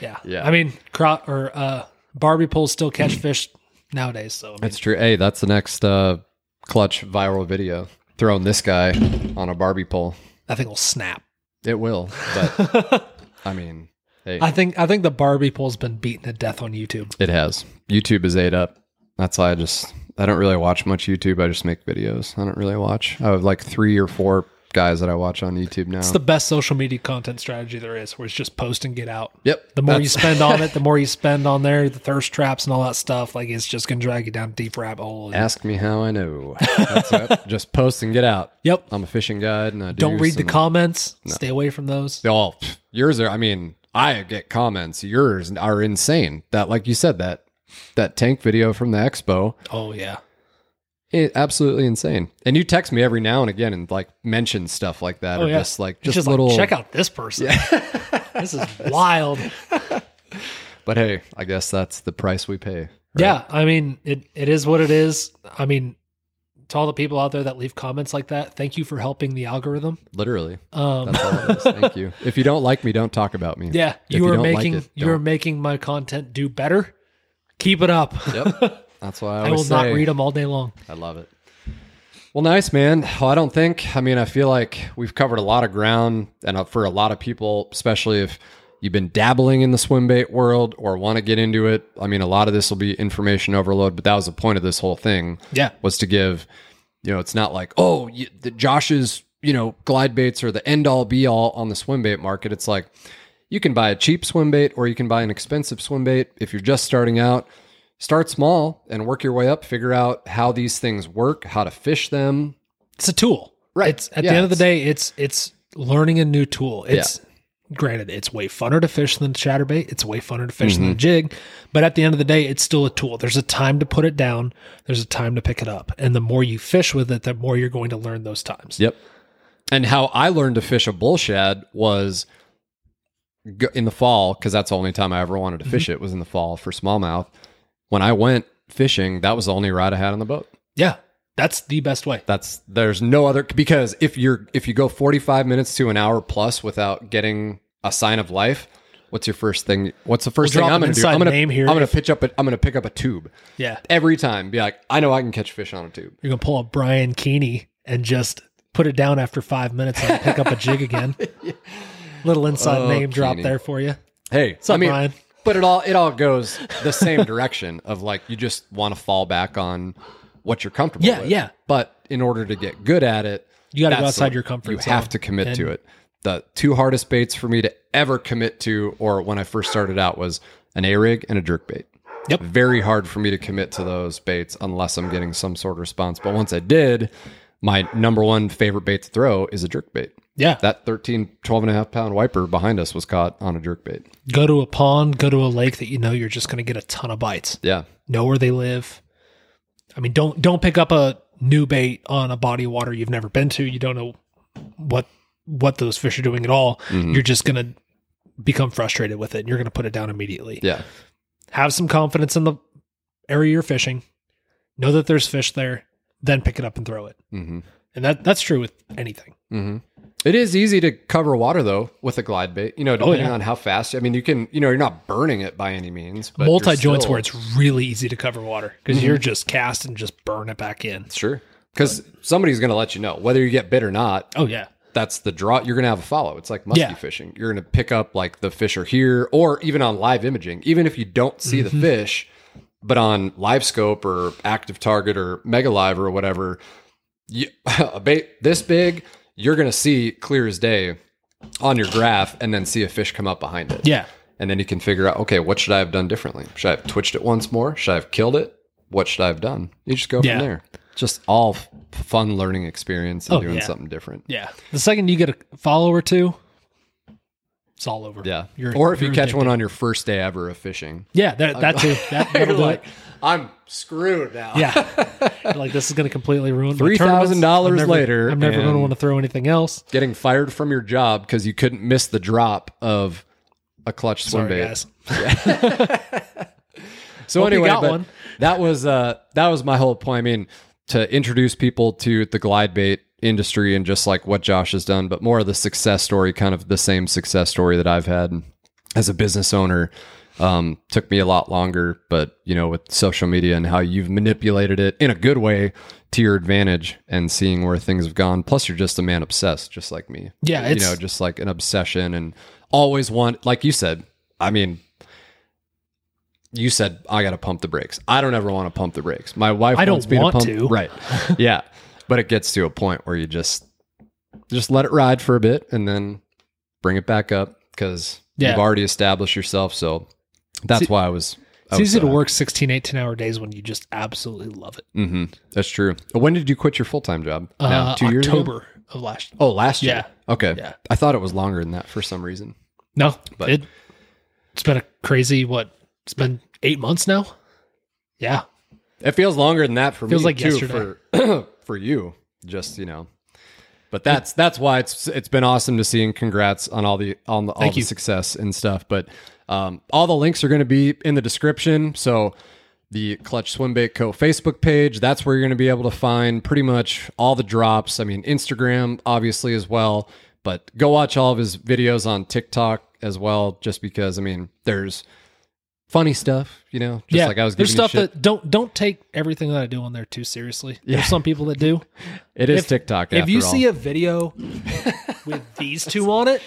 B: yeah.
A: Yeah.
B: I mean, cro- or uh, Barbie poles still catch fish nowadays. So I mean,
A: That's true. Hey, that's the next uh, clutch viral video. Throwing this guy on a Barbie pole.
B: that thing will snap.
A: It will, but I mean, hey,
B: I think I think the Barbie pole's been beaten to death on YouTube.
A: it has. YouTube is ate up. That's why I just I don't really watch much YouTube. I just make videos. I don't really watch. I have like three or four guys that I watch on YouTube now.
B: It's the best social media content strategy there is, where it's just post and get out.
A: yep.
B: The more you
A: That's-
B: spend on it, the more you spend on there, the thirst traps and all that stuff. Like it's just gonna drag you down a deep rabbit hole. and-
A: ask me how I know. That's it. Just post and get out.
B: Yep.
A: I'm a fishing guide, and I do
B: Don't read the
A: some-
B: comments. Stay away from those.
A: Oh, pff, yours are. I mean, I get comments. Yours are insane. That, like you said, that that tank video from the expo,
B: Oh yeah.
A: it, absolutely insane. And you text me every now and again and like mention stuff like that,
B: Oh,
A: or
B: yeah.
A: just like
B: It's
A: just, little.
B: like, check out this person. this is wild.
A: But hey, I guess that's the price we pay. right?
B: Yeah, I mean it. It is what it is. I mean, to all the people out there that leave comments like that, thank you for helping the algorithm.
A: literally.
B: Um,
A: That's all it is. Thank you. If you don't like me, don't talk about me.
B: yeah,
A: If
B: you
A: you
B: are
A: don't like
B: making
A: it,
B: you are
A: don't.
B: making my content do better. Keep it up.
A: Yep. That's why I,
B: I will
A: always
B: not
A: say-
B: read them all day long.
A: I love it. Well, nice, man. Well, I don't think, I mean, I feel like we've covered a lot of ground, and uh, for a lot of people, especially if you've been dabbling in the swim bait world or want to get into it, I mean, a lot of this will be information overload, but that was the point of this whole thing
B: Yeah,
A: was to give, you know, it's not like, oh, you, the Josh's, you know, glide baits are the end all be all on the swim bait market. It's like you can buy a cheap swim bait or you can buy an expensive swim bait. If you're just starting out, start small and work your way up, figure out how these things work, how to fish them.
B: it's a tool.
A: Right.
B: It's at
A: Yeah,
B: the end of the
A: it's-
B: day, it's it's learning a new tool. It's granted, it's way funner to fish than chatterbait. It's way funner to fish
A: Mm-hmm.
B: than a jig. But at the end of the day, it's still a tool. There's a time to put it down. There's a time to pick it up. And the more you fish with it, the more you're going to learn those times.
A: Yep. And how I learned to fish a bull shad was go- in the fall because that's the only time I ever wanted to fish it was in the fall for smallmouth. When I went fishing, that was the only rod I had on the boat.
B: Yeah, that's the best way.
A: That's there's no other because if you're if you go 45 minutes to an hour plus without getting a sign of life, what's your first thing? What's the first
B: We'll
A: thing
B: drop
A: I'm
B: an
A: going to do?
B: inside
A: I'm going
B: name
A: to
B: here
A: I'm going
B: if-
A: to pitch up a, I'm going to pick up a tube
B: Yeah,
A: every time. Be like, I know I can catch fish on a tube.
B: you're gonna pull a Brian Keeney and just put it down after five minutes and pick up a jig again. Little inside
A: Oh,
B: name drop
A: Keeney.
B: there for you.
A: Hey,
B: up,
A: I mean,
B: Brian?
A: but it all it all goes the same direction of like you just want to fall back on what you're comfortable
B: Yeah,
A: with.
B: yeah.
A: But in order to get good at it,
B: You gotta go
A: that's the-
B: outside your comfort
A: You
B: zone
A: have to commit to
B: and-
A: it. The two hardest baits for me to ever commit to, or when I first started out, was an A rig and a jerk bait.
B: Yep.
A: Very hard for me to commit to those baits unless I'm getting some sort of response. But once I did, my number one favorite bait to throw is a jerk bait.
B: Yeah,
A: That 13, 12 and a half pound wiper behind us was caught on a jerk bait.
B: go to a pond, go to a lake that you know you're just gonna get a ton of bites.
A: Yeah.
B: Know where they live. I mean, don't don't pick up a new bait on a body of water you've never been to. You don't know what what those fish are doing at all.
A: Mm-hmm.
B: You're just gonna become frustrated with it. and You're gonna put it down immediately.
A: Yeah.
B: have some confidence in the area you're fishing, know that there's fish there, then pick it up and throw it.
A: Mm-hmm.
B: And that that's true with anything.
A: Mm-hmm. It is easy to cover water though with a glide bait. You know, depending
B: Oh, yeah.
A: on how fast. I mean, you can. You know, you're not burning it by any means. But
B: Multi joints
A: where
B: where it's really easy to cover water
A: Mm-hmm.
B: because you're just cast and just burn it back in.
A: Sure. Because somebody's going to let you know whether you get bit or not.
B: Oh yeah.
A: That's the draw. You're going to have a follow. It's like musky
B: Yeah.
A: fishing. You're going to pick up like the fish are here, or even on live imaging. Even if you don't see the
B: Mm-hmm.
A: fish, but on live scope or active target or mega live or whatever, you, a bait this big, you're going to see clear as day on your graph, and then see a fish come up behind it.
B: Yeah.
A: And then you can figure out, okay, what should I have done differently? Should I have twitched it once more? Should I have killed it? what should I have done? You just go
B: Yeah.
A: from there. Just all f- fun learning experience and
B: Oh,
A: doing
B: yeah.
A: something different.
B: Yeah. The second you get a follow or two, it's all over.
A: Yeah.
B: You're-
A: or if you
B: you're
A: catch
B: addicted.
A: one on your first day ever of fishing,
B: Yeah, that, that too. That, that'll
A: you're
B: do it.
A: like, I'm screwed now.
B: Yeah. You're like this is going to completely ruin my
A: $3,000
B: tournaments. I'm never-
A: later,
B: I'm never going to
A: and-
B: want to throw anything else.
A: Getting fired from your job because you couldn't miss the drop of a clutch swim
B: Sorry,
A: bait.
B: guys.
A: So
B: Hope you
A: anyway,
B: got
A: but
B: one.
A: that was uh, that was my whole point. I mean, to introduce people to the glide bait industry and just like what Josh has done, but more of the success story, kind of the same success story that I've had as a business owner. Um, took me a lot longer, but you know, with social media and how you've manipulated it in a good way to your advantage and seeing where things have gone. Plus, you're just a man obsessed, just like me.
B: Yeah,
A: you
B: it's-
A: know, just like an obsession and always want, like you said. I mean, you said I got to pump the brakes. I don't ever want to pump the brakes. My wife
B: I don't
A: wants me
B: want
A: to pump.
B: to.
A: Right. yeah. But it gets to a point where you just just let it ride for a bit and then bring it back up because
B: Yeah.
A: you've already established yourself. So that's why I was. I was,
B: It's easy to
A: uh,
B: work 16, 18 hour days when you just absolutely love it.
A: mhm. That's true. When did you quit your full time job?
B: Uh,
A: now, two years ago?
B: October of last year.
A: Oh, last year.
B: Yeah.
A: Okay.
B: Yeah.
A: I thought it was longer than that for some reason.
B: No,
A: But-
B: it, it's been a crazy, what, it's been eight months now? Yeah.
A: It feels longer than that for
B: Feels
A: me
B: like
A: too
B: yesterday.
A: for for you. Just you know, but that's that's why it's it's been awesome to see and congrats on all the on the, all
B: Thank
A: the
B: you.
A: success and stuff. But um, all the links are going to be in the description. So the Clutch Swim Bait Co. Facebook page. That's where you're going to be able to find pretty much all the drops. I mean, Instagram obviously as well. But go watch all of his videos on TikTok as well, just because I mean, there's funny stuff. You know, just
B: yeah.
A: like I was.
B: There's
A: giving you
B: stuff
A: shit.
B: that don't don't take everything that I do on there too seriously. There's some people that do.
A: It is
B: If-
A: TikTok.
B: if you see a video with these two on it,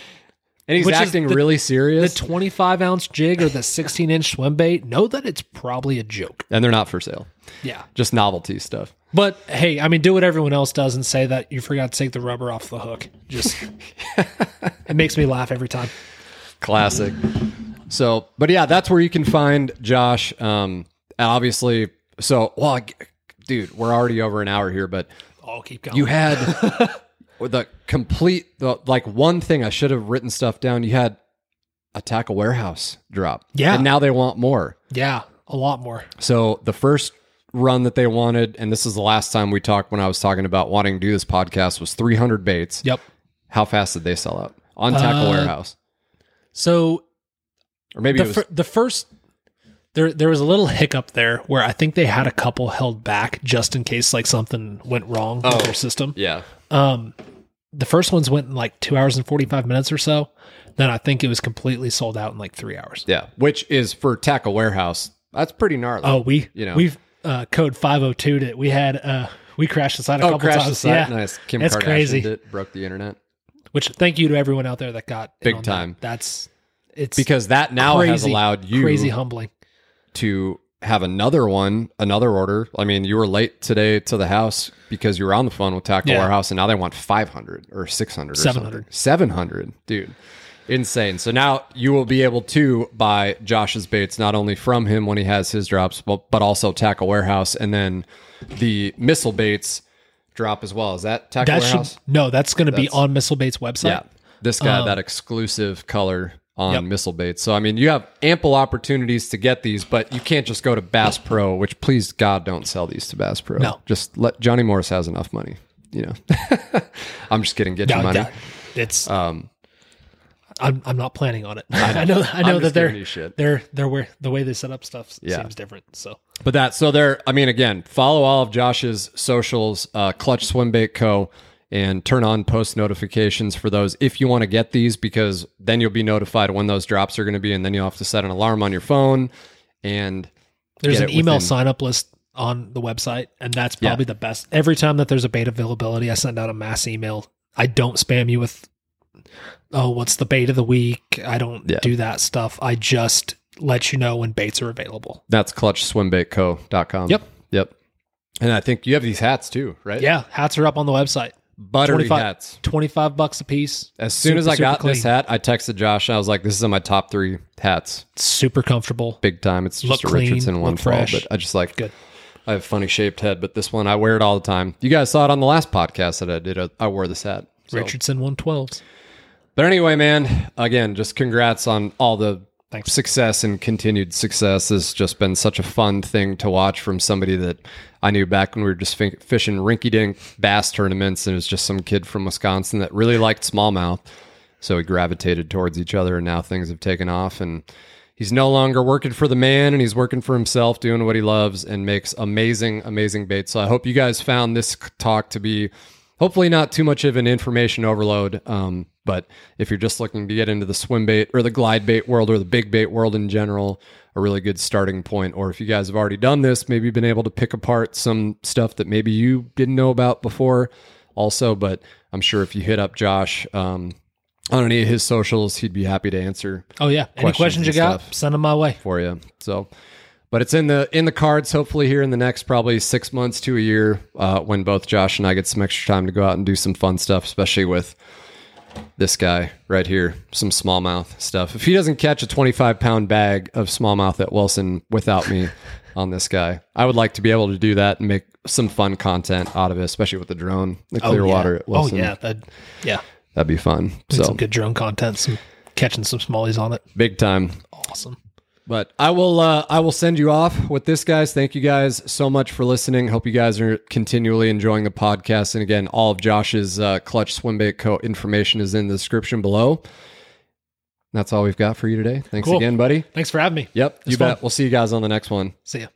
A: and he's
B: which is
A: acting
B: the-
A: really
B: the
A: serious,
B: 25 ounce jig or the 16 inch swim bait, know that it's probably a joke.
A: and they're not for sale.
B: Yeah.
A: Just novelty stuff.
B: But hey, I mean, do what everyone else does and say that you forgot to take the rubber off the hook. Just, it makes me laugh every time.
A: Classic. So, but yeah, that's where you can find Josh. Um, and obviously, so well, I g- dude, we're already over an hour here, but
B: I'll keep going.
A: you had the complete, the, like one thing I should have written stuff down. You had attack a warehouse drop,
B: Yeah.
A: and now they want more.
B: yeah, a lot more.
A: So the first run that they wanted, and this is the last time we talked when I was talking about wanting to do this podcast, was 300 baits.
B: Yep.
A: How fast did they sell out on Tackle
B: Uh,
A: Warehouse?
B: So
A: Or maybe
B: the,
A: it was
B: fir- the first, there, there was a little hiccup there where I think they had a couple held back just in case like something went wrong with
A: Oh.
B: their system.
A: yeah.
B: Um, the first ones went in like two hours and 45 minutes or so. Then I think it was completely sold out in like three hours.
A: Yeah, which is for Tackle Warehouse. That's pretty gnarly.
B: Oh, we,
A: You
B: you
A: know.
B: know, we've uh, code 502 it. We had, uh, we crashed the site a
A: oh,
B: couple
A: crashed
B: times.
A: the site.
B: Yeah.
A: Nice. Kim
B: It's
A: Kardashian
B: crazy.
A: did it, broke the internet.
B: Which thank you to everyone out there that got in
A: Big
B: on
A: time.
B: That. That's it's
A: Because that now has
B: Crazy,
A: allowed you
B: crazy humbling.
A: to have another one, another order. I mean, you were late today to the house because you were on the phone with Tackle
B: Yeah.
A: Warehouse, and now they want 500 or 600 or 700.
B: 700.
A: 700, dude. Insane. So now you will be able to buy Josh's baits not only from him when he has his drops, but, but also Tackle Warehouse and then the missile baits drop as well. Is that Tackle
B: That
A: Warehouse?
B: should no. That's going to be on Missile Bait's website.
A: Yeah. This guy,
B: Um,
A: that exclusive color on missile baits. So, I mean, you have ample opportunities to get these, but you can't just go to Bass Pro, which please God don't sell these to Bass Pro.
B: No.
A: Just let Johnny Morris has enough money, you know. I'm just kidding. Get
B: No,
A: your money.
B: that- it's um, I'm I'm not planning on it. I know I know
A: I'm just
B: that they're
A: giving you shit.
B: they're they're where the way they set up stuff
A: Yeah.
B: seems different. So
A: But that, so there, I mean, again, follow all of Josh's socials, uh, Clutch Swim Bait Co., and turn on post notifications for those if you want to get these, because then you'll be notified when those drops are going to be, and then you'll have to set an alarm on your phone. And
B: there's
A: Get
B: an
A: it
B: email
A: within-
B: sign up list on the website, and that's
A: Yeah.
B: probably the best. Every time that there's a bait availability, I send out a mass email. I don't spam you with, oh, what's the bait of the week? I don't
A: Yeah.
B: do that stuff. I just let you know when baits are available.
A: That's clutchswimbaitco.com.
B: Yep.
A: Yep. And I think you have these hats too, right?
B: Yeah, hats are up on the website.
A: Buttery
B: 25
A: hats.
B: 25 bucks a piece.
A: As soon as
B: Super,
A: I got
B: super
A: this
B: clean.
A: hat, I texted Josh and I was like, this is in my top three hats,
B: Super comfortable.
A: big time. It's just
B: Look
A: a
B: clean,
A: Richardson one
B: look
A: for all,
B: fresh.
A: but I just like,
B: Good.
A: I have funny shaped head, but this one I wear it all the time. You guys saw it on the last podcast that I did. uh, I- I wore this hat. So-
B: Richardson 112s.
A: But anyway, man, again, just congrats on all the
B: Thanks.
A: success and continued success. This has just been such a fun thing to watch from somebody that I knew back when we were just fin- fishing rinky dink bass tournaments, and it was just some kid from Wisconsin that really liked smallmouth. So we gravitated towards each other, and now things have taken off. And he's no longer working for the man, and he's working for himself, doing what he loves, and makes amazing, amazing baits. So I hope you guys found this c- talk to be hopefully not too much of an information overload. Um, but if you're just looking to get into the swim bait or the glide bait world or the big bait world in general, a really good starting point. Or if you guys have already done this, maybe you've been able to pick apart some stuff that maybe you didn't know about before, also. But I'm sure if you hit up Josh um, on any of his socials, he'd be happy to answer
B: Oh yeah. Any
A: Questions
B: questions you
A: and
B: got?
A: stuff.
B: Send them my way.
A: for you. So, but it's in the in the cards. Hopefully, here in the next probably six months to a year, uh, when both Josh and I get some extra time to go out and do some fun stuff, especially with this guy right here, some smallmouth stuff. If he doesn't catch a twenty-five pound bag of smallmouth at Wilson without me on this guy, I would like to be able to do that and make some fun content out of it, especially with the drone, the clear water at
B: Oh
A: Wilson.
B: yeah. That yeah.
A: that'd be fun.
B: Did
A: So
B: Some good drone content. Some catching some smallies on it.
A: big time.
B: Awesome.
A: But I will uh, I will send you off with this, guys. Thank you guys so much for listening. Hope you guys are continually enjoying the podcast. And again, all of Josh's uh, clutch swimbait co information is in the description below. That's all we've got for you today. Thanks
B: Cool.
A: again, buddy.
B: Thanks for having me.
A: Yep, you
B: fun.
A: bet. We'll see you guys on the next one.
B: See ya.